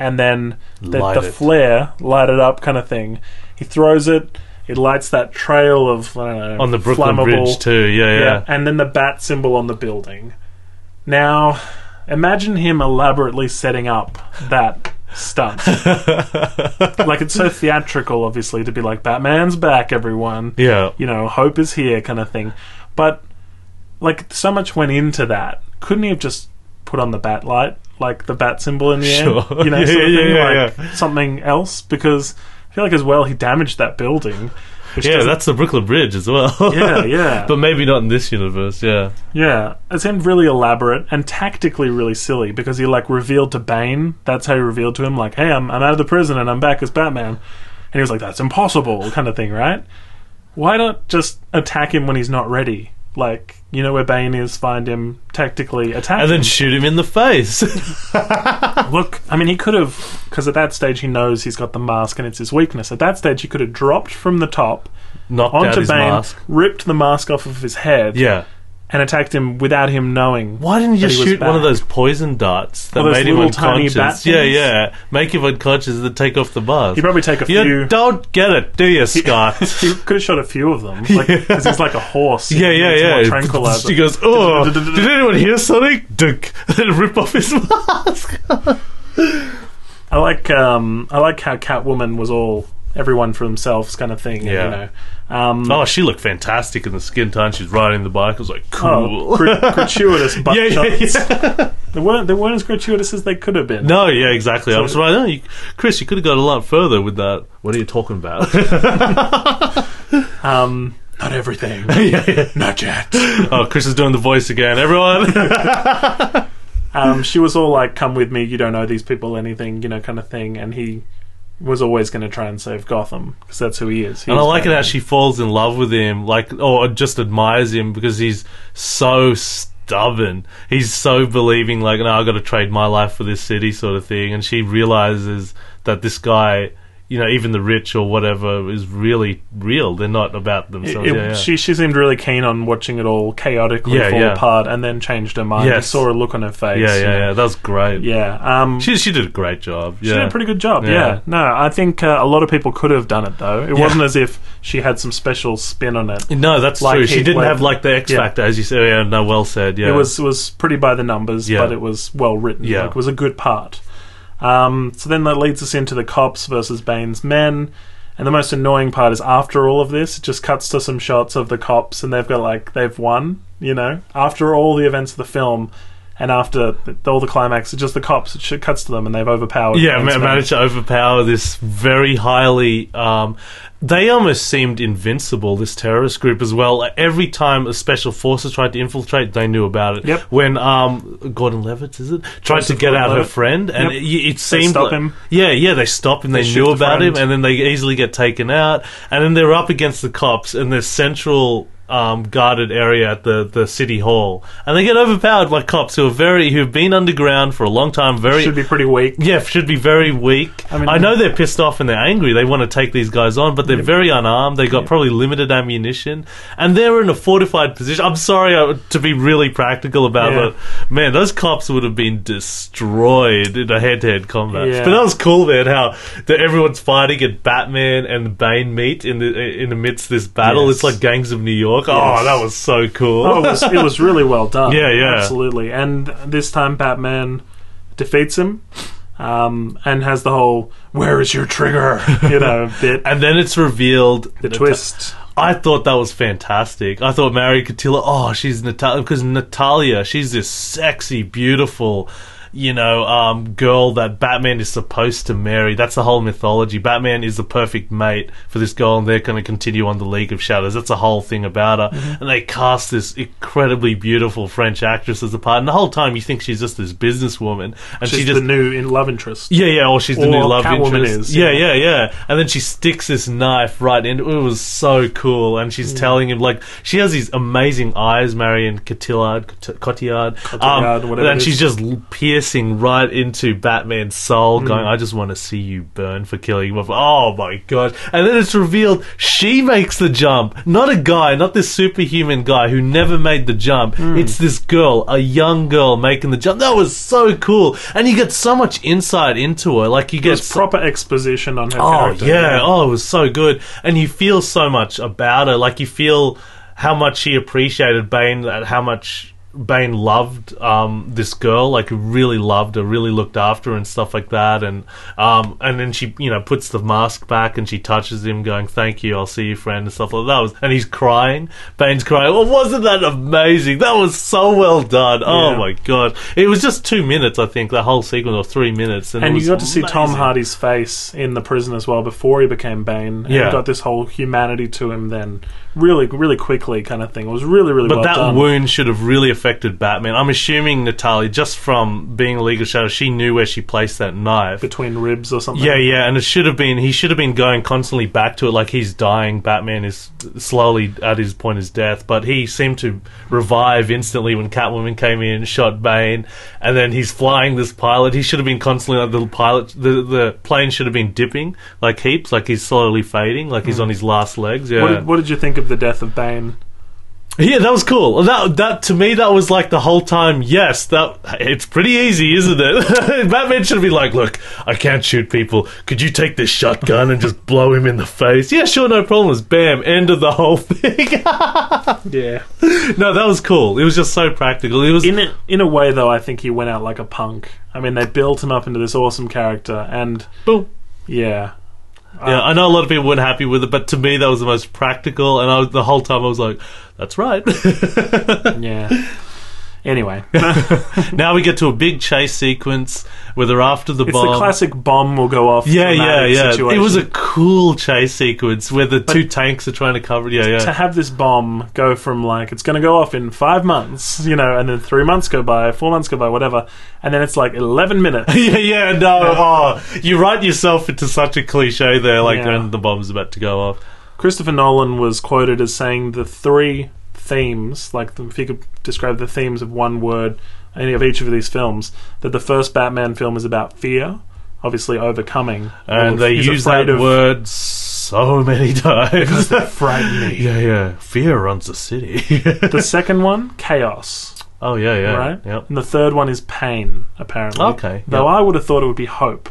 A: and then the,
B: Light
A: the
B: it.
A: flare light it up kind of thing. He throws it. It lights that trail of I don't know
B: On the Brooklyn
A: flammable,
B: Bridge too. Yeah, yeah.
A: and then the bat symbol on the building. Now, imagine him elaborately setting up that stunt. like it's so theatrical, obviously, to be like Batman's back, everyone
B: Yeah.
A: you know, hope is here kind of thing. But like so much went into that. Couldn't he have just put on the bat light, like the bat symbol in the
B: Sure.
A: air? You know,
B: Yeah,
A: sort of
B: yeah,
A: thing,
B: yeah,
A: like something else because I feel like as well he damaged that building. Which
B: Yeah,
A: doesn't-
B: that's the Brooklyn Bridge as well.
A: yeah, yeah.
B: But maybe not in this universe, yeah.
A: yeah. It seemed really elaborate and tactically really silly because he like revealed to Bane, that's how he revealed to him, like, Hey, I'm I'm out of the prison and I'm back as Batman and he was like, That's impossible kind of thing, right? why not just attack him when he's not ready? Like, you know where Bane is, find him, tactically attack
B: And then
A: him.
B: shoot him in the face.
A: Look, I mean, he could have, because at that stage he knows he's got the mask and it's his weakness. At that stage, he could have dropped from the top
B: Knocked out
A: onto
B: his
A: Bane,
B: mask.
A: ripped the mask off of his head,
B: Yeah.
A: and attacked him without him knowing.
B: Why didn't you
A: But
B: just
A: he was
B: shoot one
A: back.
B: of those poison darts that
A: Well, those
B: made him
A: little tiny
B: unconscious?
A: bat
B: yeah,
A: things?
B: yeah. Make him unconscious and then take off the bars.
A: He probably take a
B: you
A: few.
B: don't get it, do you, Scott?
A: He could have shot a few of them, because he's like a horse.
B: yeah,
A: He
B: yeah,
A: needs more
B: yeah.
A: Tranquilizer.
B: He goes, oh, did anyone hear something? Dunk. Then rip off his mask.
A: I like um, I like how Catwoman was all everyone for themselves kind of thing.
B: Yeah.
A: Yeah. You know, um,
B: Oh, she looked fantastic in the skin time. She's riding the bike. I was like,
A: oh,
B: cool.
A: gr- gratuitous butt
B: yeah, yeah,
A: shots.
B: yeah.
A: They weren't they weren't as gratuitous as they could have been.
B: No, yeah, exactly. I
A: So-
B: was right. Oh, you, Chris, you could have gone a lot further with that. What are you talking about?
A: Um, not everything.
B: yeah, yeah.
A: not yet.
B: Oh, Chris is doing the voice again. Everyone.
A: Um, she was all like, "Come with me. You don't owe these people anything," you know, kind of thing. And he was always going to try and save Gotham because that's who he is. He
B: And I
A: was
B: like it how
A: Batman.
B: she falls in love with him, like, or just admires him because he's so stubborn. He's so believing, like, no, I've got to trade my life for this city, sort of thing. And she realizes that this guy, you know, even the rich or whatever, is really real. They're not about
A: It-
B: themselves.
A: it-
B: yeah, yeah.
A: She she seemed really keen on watching it all chaotically
B: Yeah,
A: fall
B: yeah.
A: apart, and then changed her mind. You
B: Yes.
A: saw a look on her face.
B: yeah,
A: you
B: yeah,
A: know.
B: yeah. That was great.
A: yeah. Um,
B: She, she did a great job. Yeah.
A: She did a pretty good job. Yeah.
B: Yeah.
A: No, I think uh, a lot of people could have done it though. It
B: Yeah.
A: wasn't as if she had some special spin on it.
B: no, that's
A: like
B: true. She
A: Heath
B: didn't
A: Ledger.
B: have like the X
A: Yeah.
B: Factor, as you said. Yeah, no, well said. Yeah,
A: It was was pretty by the numbers,
B: Yeah.
A: but it was well written.
B: Yeah.
A: Like, it was a good part. Um, so then that leads us into the cops versus Bane's men. And the most annoying part is after all of this, it just cuts to some shots of the cops and they've got like they've won, you know. After all the events of the film and after th- all the climax, it's just the cops. It sh- cuts to them and they've overpowered.
B: yeah,
A: Bane's
B: ma-
A: men.
B: managed to overpower this very highly. Um, they almost seemed invincible. This terrorist group as well. Every time a special forces tried to infiltrate, they knew about it.
A: Yep.
B: When um, Gordon Levitt is it tried
A: Joseph
B: to get out her
A: Gordon-Levitt.
B: friend, and
A: Yep.
B: it, it seemed
A: stop
B: like-
A: him.
B: Yeah, yeah, they stop him. They,
A: They shoot
B: knew
A: the
B: about
A: friend.
B: him, and then they easily get taken out. And then they're up against the cops in their central. Um, guarded area at the, the city hall, and they get overpowered by cops who are very who've been underground for a long time, very
A: should be pretty weak.
B: yeah, should be very weak.
A: I
B: I,
A: mean-
B: know they're pissed off and they're angry. They want to take these guys on, but they're very unarmed. They got probably limited ammunition, and they're in a fortified position. I'm sorry uh, to be really practical about
A: Yeah.
B: it. Man, those cops would have been destroyed in a head-to-head combat.
A: Yeah.
B: But that was cool, man. How that everyone's fighting and Batman and Bane meet in the in amidst this battle.
A: Yes.
B: It's like Gangs of New York.
A: Yes.
B: Oh, that was so cool.
A: oh, it was, it was really well done.
B: Yeah, yeah.
A: absolutely. And this time, Batman defeats him, um, and has the whole "Where is your trigger?" you know bit.
B: and then it's revealed
A: The twist.
B: I thought that was fantastic. I thought Mary Cotillo, oh, she's Natalia, because Natalia, she's this sexy, beautiful, you know, um, girl that Batman is supposed to marry. That's the whole mythology. Batman is the perfect mate for this girl, and they're going to continue on the League of Shadows. That's the whole thing about her. And they cast this incredibly beautiful French actress as a part. And the whole time you think she's just this businesswoman, and
A: She's
B: she just
A: the new in love interest.
B: yeah, yeah, or she's the new
A: Or
B: love
A: Catwoman
B: interest.
A: is,
B: yeah,
A: yeah.
B: yeah, yeah. And then she sticks this knife right into it. was so cool. And
A: Mm.
B: she's telling him, like, she has these amazing eyes, Marion Cotillard. Cot- Cotillard.
A: Cotillard, whatever
B: and
A: it
B: she's
A: is.
B: just l- piercing right into Batman's soul, going, I just want to see you burn for killing. Wolf." Oh, my God. And then it's revealed she makes the jump. Not a guy, not this superhuman guy who never made the jump. It's this girl, a young girl, making the jump. That was so cool. And you get so much insight into her. Like, you get
A: It's
B: so-
A: proper exposition on her
B: Oh
A: character.
B: yeah. Oh, it was so good, and you feel so much about her. Like you feel how much she appreciated Bane, and how much Bane loved um, this girl. Like really loved her, really looked after her, and stuff like that. And um, and then she, you know, puts the mask back and she touches him, going, "Thank you, I'll see you, friend," and stuff like that. that. Was, and he's crying. Bane's crying. Well, wasn't that amazing? That was so well done.
A: Yeah.
B: Oh my god, it was just two minutes, I think, the whole sequence or three minutes, and, it
A: And you
B: was
A: got to see Tom
B: amazing.
A: Hardy's face in the prison as well before he became Bane. And
B: Yeah.
A: you got this whole humanity to him then, really, really quickly kind of thing. It was really, really
B: But
A: well
B: that
A: done.
B: wound should have really affected Batman. I'm assuming Natalia, just from being a legal shadow, she knew where she placed that knife.
A: between ribs or something.
B: yeah, yeah, and it should have been. He should have been going constantly back to it, like he's dying. Batman is slowly at his point of death, but he seemed to revive instantly when Catwoman came in and shot Bane, and then he's flying this pilot. He should have been constantly like the pilot. The the plane should have been dipping like
A: Hmm.
B: heaps, like he's slowly fading, like he's on his last legs. Yeah,
A: What did, what did you think of the death of Bane?
B: Yeah, that was cool. That that to me that was like the whole time. Yes, that it's pretty easy, isn't it? Batman should be like, look, I can't shoot people. Could you take this shotgun and just blow him in the face? Yeah, sure, no problems. Bam, end of the whole thing.
A: Yeah.
B: no, that was cool. It was just so practical. It was
A: In a, in a way, though, I think he went out like a punk. I mean, they built him up into this awesome character, and
B: boom.
A: yeah,
B: Yeah, I know a lot of people weren't happy with it, but to me that was the most practical. And I was, the whole time I was like, that's right.
A: yeah. Anyway,
B: now we get to a big chase sequence where they're after the
A: it's
B: bomb.
A: the classic bomb will go off.
B: Yeah, yeah,
A: dramatic
B: yeah.
A: Situation.
B: It was a cool chase sequence where the two tanks are trying to cover. Yeah,
A: to
B: yeah.
A: have this bomb go from like it's going to go off in five months, you know, and then three months go by, four months go by, whatever, and then it's like eleven minutes.
B: yeah, yeah, no. Oh, you write yourself into such a cliche there, like
A: Yeah.
B: when the bomb's about to go off.
A: Christopher Nolan was quoted as saying the three themes, like the, if he could describe the themes of one word, any of each of these films, that the first Batman film is about fear, obviously overcoming,
B: And they
A: Oh, he's
B: use
A: afraid
B: that word so many times.
A: They frighten me.
B: yeah, yeah. Fear runs the city.
A: The second one, chaos,
B: oh, yeah, yeah.
A: right?
B: Yep.
A: And the third one is pain, apparently.
B: Okay,
A: Though
B: yep.
A: I would have thought it would be hope,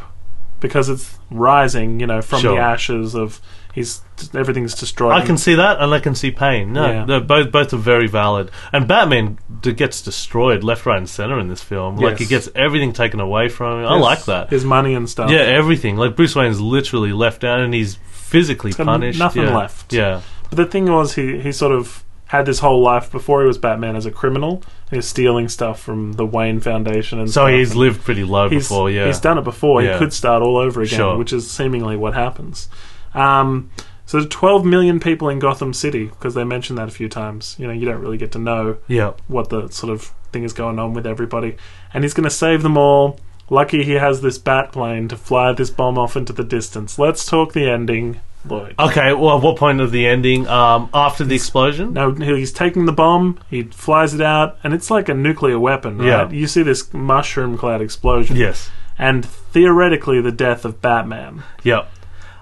A: because it's rising, you know, from
B: Sure.
A: the ashes of he's everything's destroyed.
B: I can see that, and I can see pain. No,
A: Yeah.
B: they're both both are very valid. And Batman d- gets destroyed left, right, and center in this film. Like he
A: Yes.
B: gets everything taken away from him. I
A: His-
B: like that.
A: His money and stuff.
B: Yeah, everything. Like Bruce Wayne's literally left out, and he's physically
A: got
B: punished.
A: nothing
B: yeah.
A: left.
B: Yeah,
A: But the thing was, he, he sort of had this whole life before he was Batman as a criminal. He was stealing stuff from the Wayne Foundation and
B: so
A: stuff.
B: he's lived pretty low
A: he's,
B: before. Yeah,
A: he's done it before.
B: Yeah.
A: He could start all over again,
B: Sure.
A: which is seemingly what happens. Um, so there's 12 million people in Gotham City because they mentioned that a few times. You know, you don't really get to know
B: yeah,
A: what the sort of thing is going on with everybody, and he's going to save them all. Lucky he has this bat plane to fly this bomb off into the distance. Let's talk the ending, Lloyd.
B: Okay. Well, at what point of the ending? Um, after the explosion?
A: No, he's taking the bomb. He flies it out, and it's like a nuclear weapon. Right?
B: Yeah.
A: You see this mushroom cloud explosion.
B: Yes.
A: And theoretically, the death of Batman.
B: Yeah.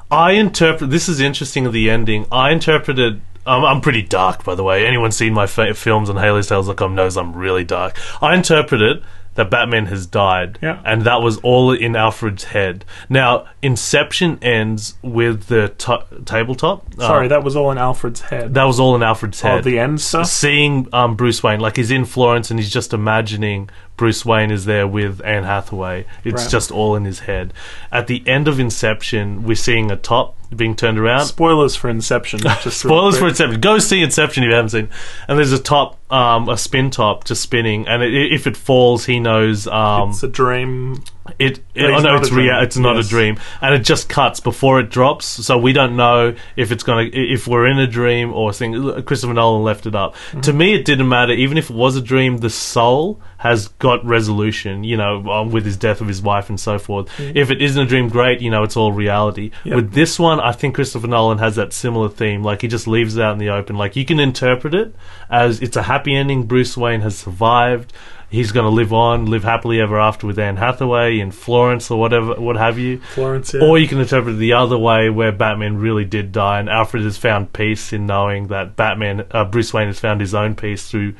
B: I interpret. This is interesting. The ending. I interpreted. I'm, I'm pretty dark, by the way. Anyone seen my fa- films on HaleySales.com knows I'm really dark. I interpret it that Batman has died,
A: Yeah.
B: and that was all in Alfred's head. Now, Inception ends with the t- tabletop. Uh,
A: Sorry, that was all in Alfred's head.
B: that was all in Alfred's head.
A: oh, the end stuff.
B: Seeing um, Bruce Wayne, like he's in Florence and he's just imagining Bruce Wayne is there with Anne Hathaway. It's
A: Right.
B: just all in his head. At the end of Inception, we're seeing a top being turned around.
A: Spoilers for Inception. Just real
B: Spoilers for
A: quick.
B: Inception. Go see Inception if you haven't seen. And there's a top, um, a spin top, just spinning. And it, if it falls, he knows. Um,
A: It's a dream.
B: it, it
A: No,
B: oh
A: it's
B: no,
A: not
B: it's
A: a dream.
B: rea- it's not
A: Yes.
B: a dream, and it just cuts before it drops. So we don't know if it's gonna if we're in a dream or thing. Christopher Nolan left it up. To me, it didn't matter. Even if it was a dream, the soul has got resolution. You know, um, with his death of his wife and so forth. If it isn't a dream, great. You know, it's all reality.
A: Yep.
B: With this one, I think Christopher Nolan has that similar theme. Like he just leaves it out in the open. Like you can interpret it as it's a happy ending. Bruce Wayne has survived he's going to live on, live happily ever after with Anne Hathaway in Florence or whatever, what have you.
A: Florence. Yeah.
B: Or you can interpret it the other way, where Batman really did die, and Alfred has found peace in knowing that Batman, uh, Bruce Wayne, has found his own peace through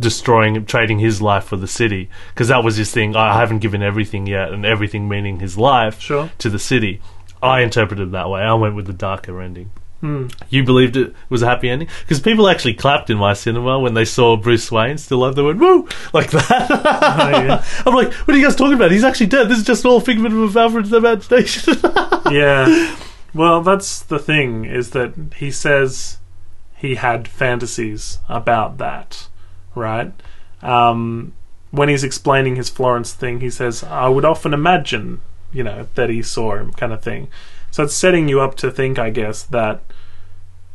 B: destroying, trading his life for the city, because that was his thing. I haven't given everything yet, and everything meaning his life
A: Sure.
B: to the city. I interpreted it that way. I went with the darker ending.
A: Hmm.
B: You believed it was a happy ending because people actually clapped in my cinema when they saw Bruce Wayne still alive. They went woo like that.
A: Oh, yeah.
B: I'm like, what are you guys talking about? He's actually dead. This is just all figment of Alfred's imagination.
A: yeah. Well, that's the thing is that he says he had fantasies about that, right? Um, when he's explaining his Florence thing, he says, "I would often imagine, you know, that he saw him," kind of thing. So it's setting you up to think, I guess, that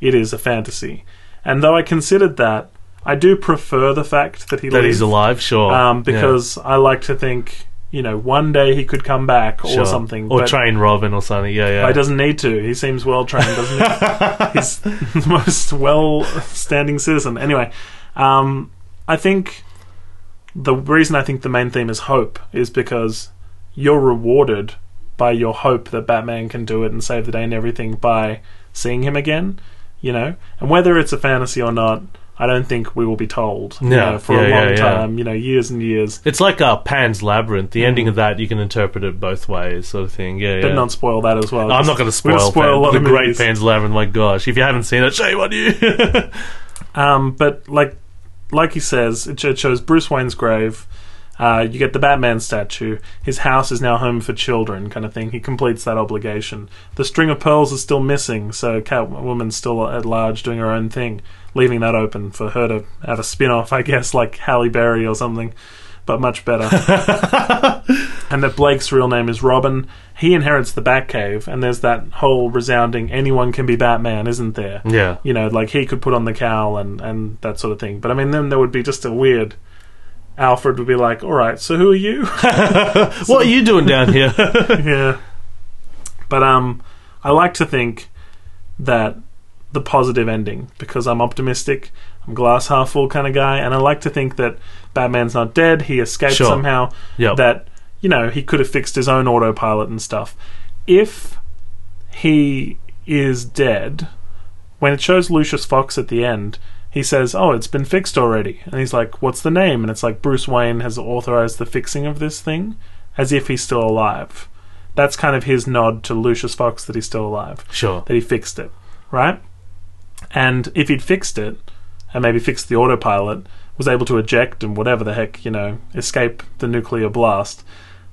A: it is a fantasy. And though I considered that, I do prefer the fact that he
B: that
A: lived
B: he's alive, sure.
A: um,
B: Yeah.
A: because I like to think, you know, one day he could come back or
B: Sure.
A: something.
B: Or
A: but-
B: train Robin or something. Yeah, yeah.
A: he doesn't need to. He seems well trained, doesn't he? He's the most well standing citizen. Anyway, um, I think the reason I think the main theme is hope is because you're rewarded by your hope that Batman can do it and save the day and everything by seeing him again, you know? And whether it's a fantasy or not, I don't think we will be told you
B: No.
A: know, for a
B: Yeah,
A: long
B: yeah, yeah.
A: time, you know, years and years.
B: It's like uh, Pan's Labyrinth. The ending of that, you can interpret it both ways, sort of thing. Yeah,
A: Mm. But
B: yeah.
A: not spoil that as well.
B: I'm not going to spoil,
A: spoil
B: Pan-
A: a lot
B: the
A: of
B: great
A: movies.
B: Pan's Labyrinth. My gosh, if you haven't seen it, shame on you.
A: Um, but like, like he says, it, it shows Bruce Wayne's grave. Uh, you get the Batman statue. His house is now home for children, kind of thing. He completes that obligation. The string of pearls is still missing, so Catwoman's still at large doing her own thing, leaving that open for her to have a spin off, I guess, like Halle Berry or something, but much better. and that Blake's real name is Robin. He inherits the Batcave, and there's that whole resounding anyone can be Batman, isn't there?
B: yeah,
A: you know, like he could put on the cowl and, and that sort of thing. But I mean, then there would be just a weird. Alfred would be like, "All right, so who are you?"
B: what are you doing down here?
A: yeah. But um, I like to think that the positive ending because I'm optimistic. I'm glass half full kind of guy, and I like to think that Batman's not dead. He escaped
B: Sure.
A: somehow.
B: Yep.
A: That you know he could have fixed his own autopilot and stuff. If he is dead, when it shows Lucius Fox at the end, he says, "Oh, it's been fixed already," and he's like, "What's the name?" And it's like Bruce Wayne has authorized the fixing of this thing, as if he's still alive. That's kind of his nod to Lucius Fox that he's still alive
B: sure.
A: that he fixed it, right? And if he'd fixed it, and maybe fixed the autopilot, was able to eject and whatever the heck, you know, escape the nuclear blast,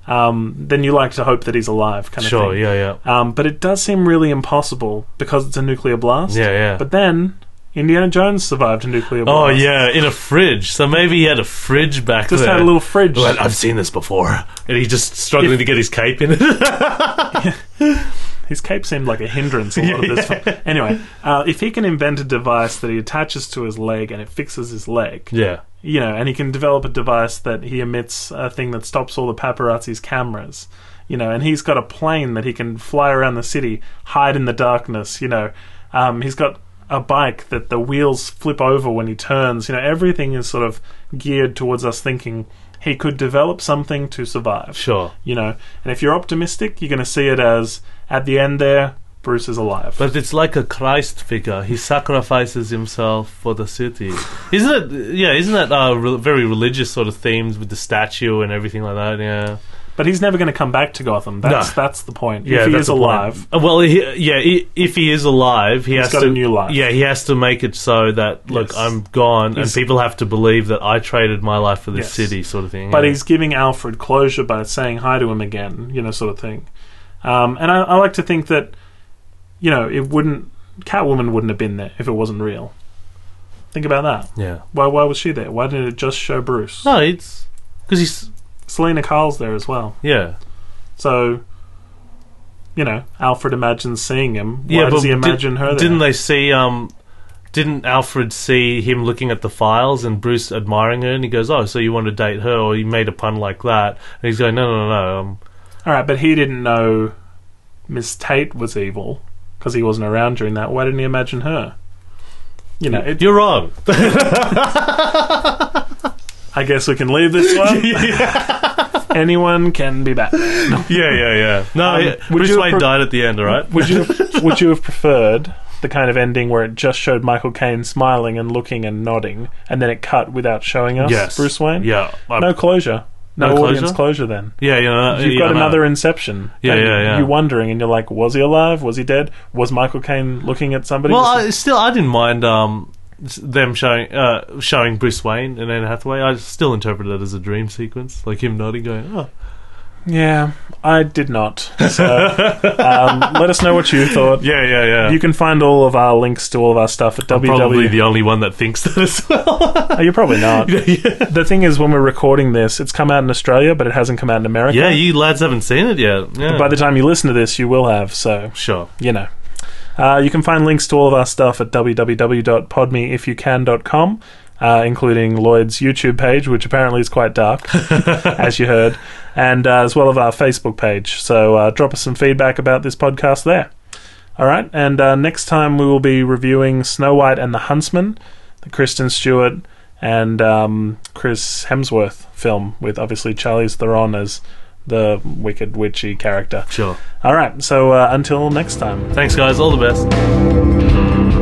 A: um, then you like to hope that he's alive, kind of
B: Sure.
A: thing.
B: Yeah. Yeah.
A: Um, but it does seem really impossible because it's a nuclear blast.
B: Yeah. Yeah.
A: But then Indiana Jones survived a nuclear blast.
B: oh yeah, in a fridge. So maybe he had a fridge back
A: Just
B: there.
A: had a little fridge.
B: Well, uh, I've seen this before, and he's just struggling
A: If-
B: to get his cape in it.
A: His cape seemed like a hindrance a lot of this. time. Anyway, uh, if he can invent a device that he attaches to his leg and it fixes his leg,
B: yeah.
A: you know, and he can develop a device that he emits a thing that stops all the paparazzi's cameras, you know, and he's got a plane that he can fly around the city, hide in the darkness, you know, um, he's got a bike that the wheels flip over when he turns, you know, everything is sort of geared towards us thinking he could develop something to survive,
B: Sure.
A: you know, and if you're optimistic, you're going to see it as at the end there, Bruce is alive.
B: But it's like a Christ figure. He sacrifices himself for the city. Isn't it? Yeah, isn't that uh, re- very religious sort of themes with the statue and everything like that? Yeah.
A: but he's never going to come back to Gotham. That's that's the point. if he
B: that's
A: is
B: the point.
A: alive,
B: Uh, Well, he, yeah, i if he is alive, he
A: He's
B: has
A: got
B: to
A: a new life.
B: Yeah, he has to make it so that look,
A: Yes.
B: I'm gone,
A: He's-
B: and people have to believe that I traded my life for this
A: Yes.
B: city, sort of thing.
A: But
B: yeah.
A: he's giving Alfred closure by saying hi to him again, you know, sort of thing. Um, and I, I like to think that, you know, it wouldn't. Catwoman wouldn't have been there if it wasn't real. Think about that.
B: yeah.
A: Why, why was she there? Why didn't it just show Bruce?
B: No, it's because he's
A: Selena Kyle's there as well.
B: yeah.
A: So, you know, Alfred imagines seeing him. Why
B: yeah,
A: does
B: but
A: he
B: did-
A: imagine her there?
B: Didn't they see? Um, didn't Alfred see him looking at the files and Bruce admiring her, and he goes, "Oh, so you want to date her?" Or he made a pun like that, and he's going, "No, no, no, no." Um,
A: All right, but he didn't know Miss Tate was evil because he wasn't around during that. Why didn't he imagine her? You know, it,
B: You're wrong.
A: I guess we can leave this one.
B: yeah,
A: anyone can be Batman.
B: yeah, yeah. No,
A: Um,
B: yeah,
A: would
B: Bruce
A: you
B: Wayne
A: appro-
B: died at the end, all right?
A: Would you would you have preferred the kind of ending where it just showed Michael Caine smiling and looking and nodding, and then it cut without showing us
B: Yes.
A: Bruce Wayne?
B: Yeah, I-
A: No closure. No,
B: No
A: audience closure then.
B: yeah, you know,
A: You've
B: you
A: got
B: know.
A: another Inception.
B: Yeah,
A: And
B: yeah, yeah.
A: You're wondering, and you're like, was he alive? Was he dead? Was Michael Caine looking at somebody?
B: Well,
A: Was-
B: I, still, I didn't mind um, s- them showing uh, showing Bruce Wayne and Anne Hathaway. I still interpreted it as a dream sequence, like him nodding, going, "Oh,
A: yeah, I did not. So um, let us know what you thought.
B: yeah, yeah, yeah."
A: You can find all of our links to all of our stuff at
B: I'm probably
A: www.
B: the only one that thinks that as well.
A: Oh, you're probably not.
B: yeah,
A: The thing is, when we're recording this, it's come out in Australia, but it hasn't come out in America.
B: you lads haven't seen it yet. Yeah.
A: By the time you listen to this, you will have, so,
B: sure.
A: you know. Uh, you can find links to all of our stuff at www.podmeifyoucan.com, uh, including Lloyd's YouTube page, which apparently is quite dark, as you heard, and uh, as well as our Facebook page. So uh, drop us some feedback about this podcast there. All right, and uh, next time we will be reviewing Snow White and the Huntsman, the Kristen Stewart and um, Chris Hemsworth film, with obviously Charlize Theron as the wicked witchy character.
B: Sure.
A: All right, so uh, until next time.
B: Thanks, guys. All the best.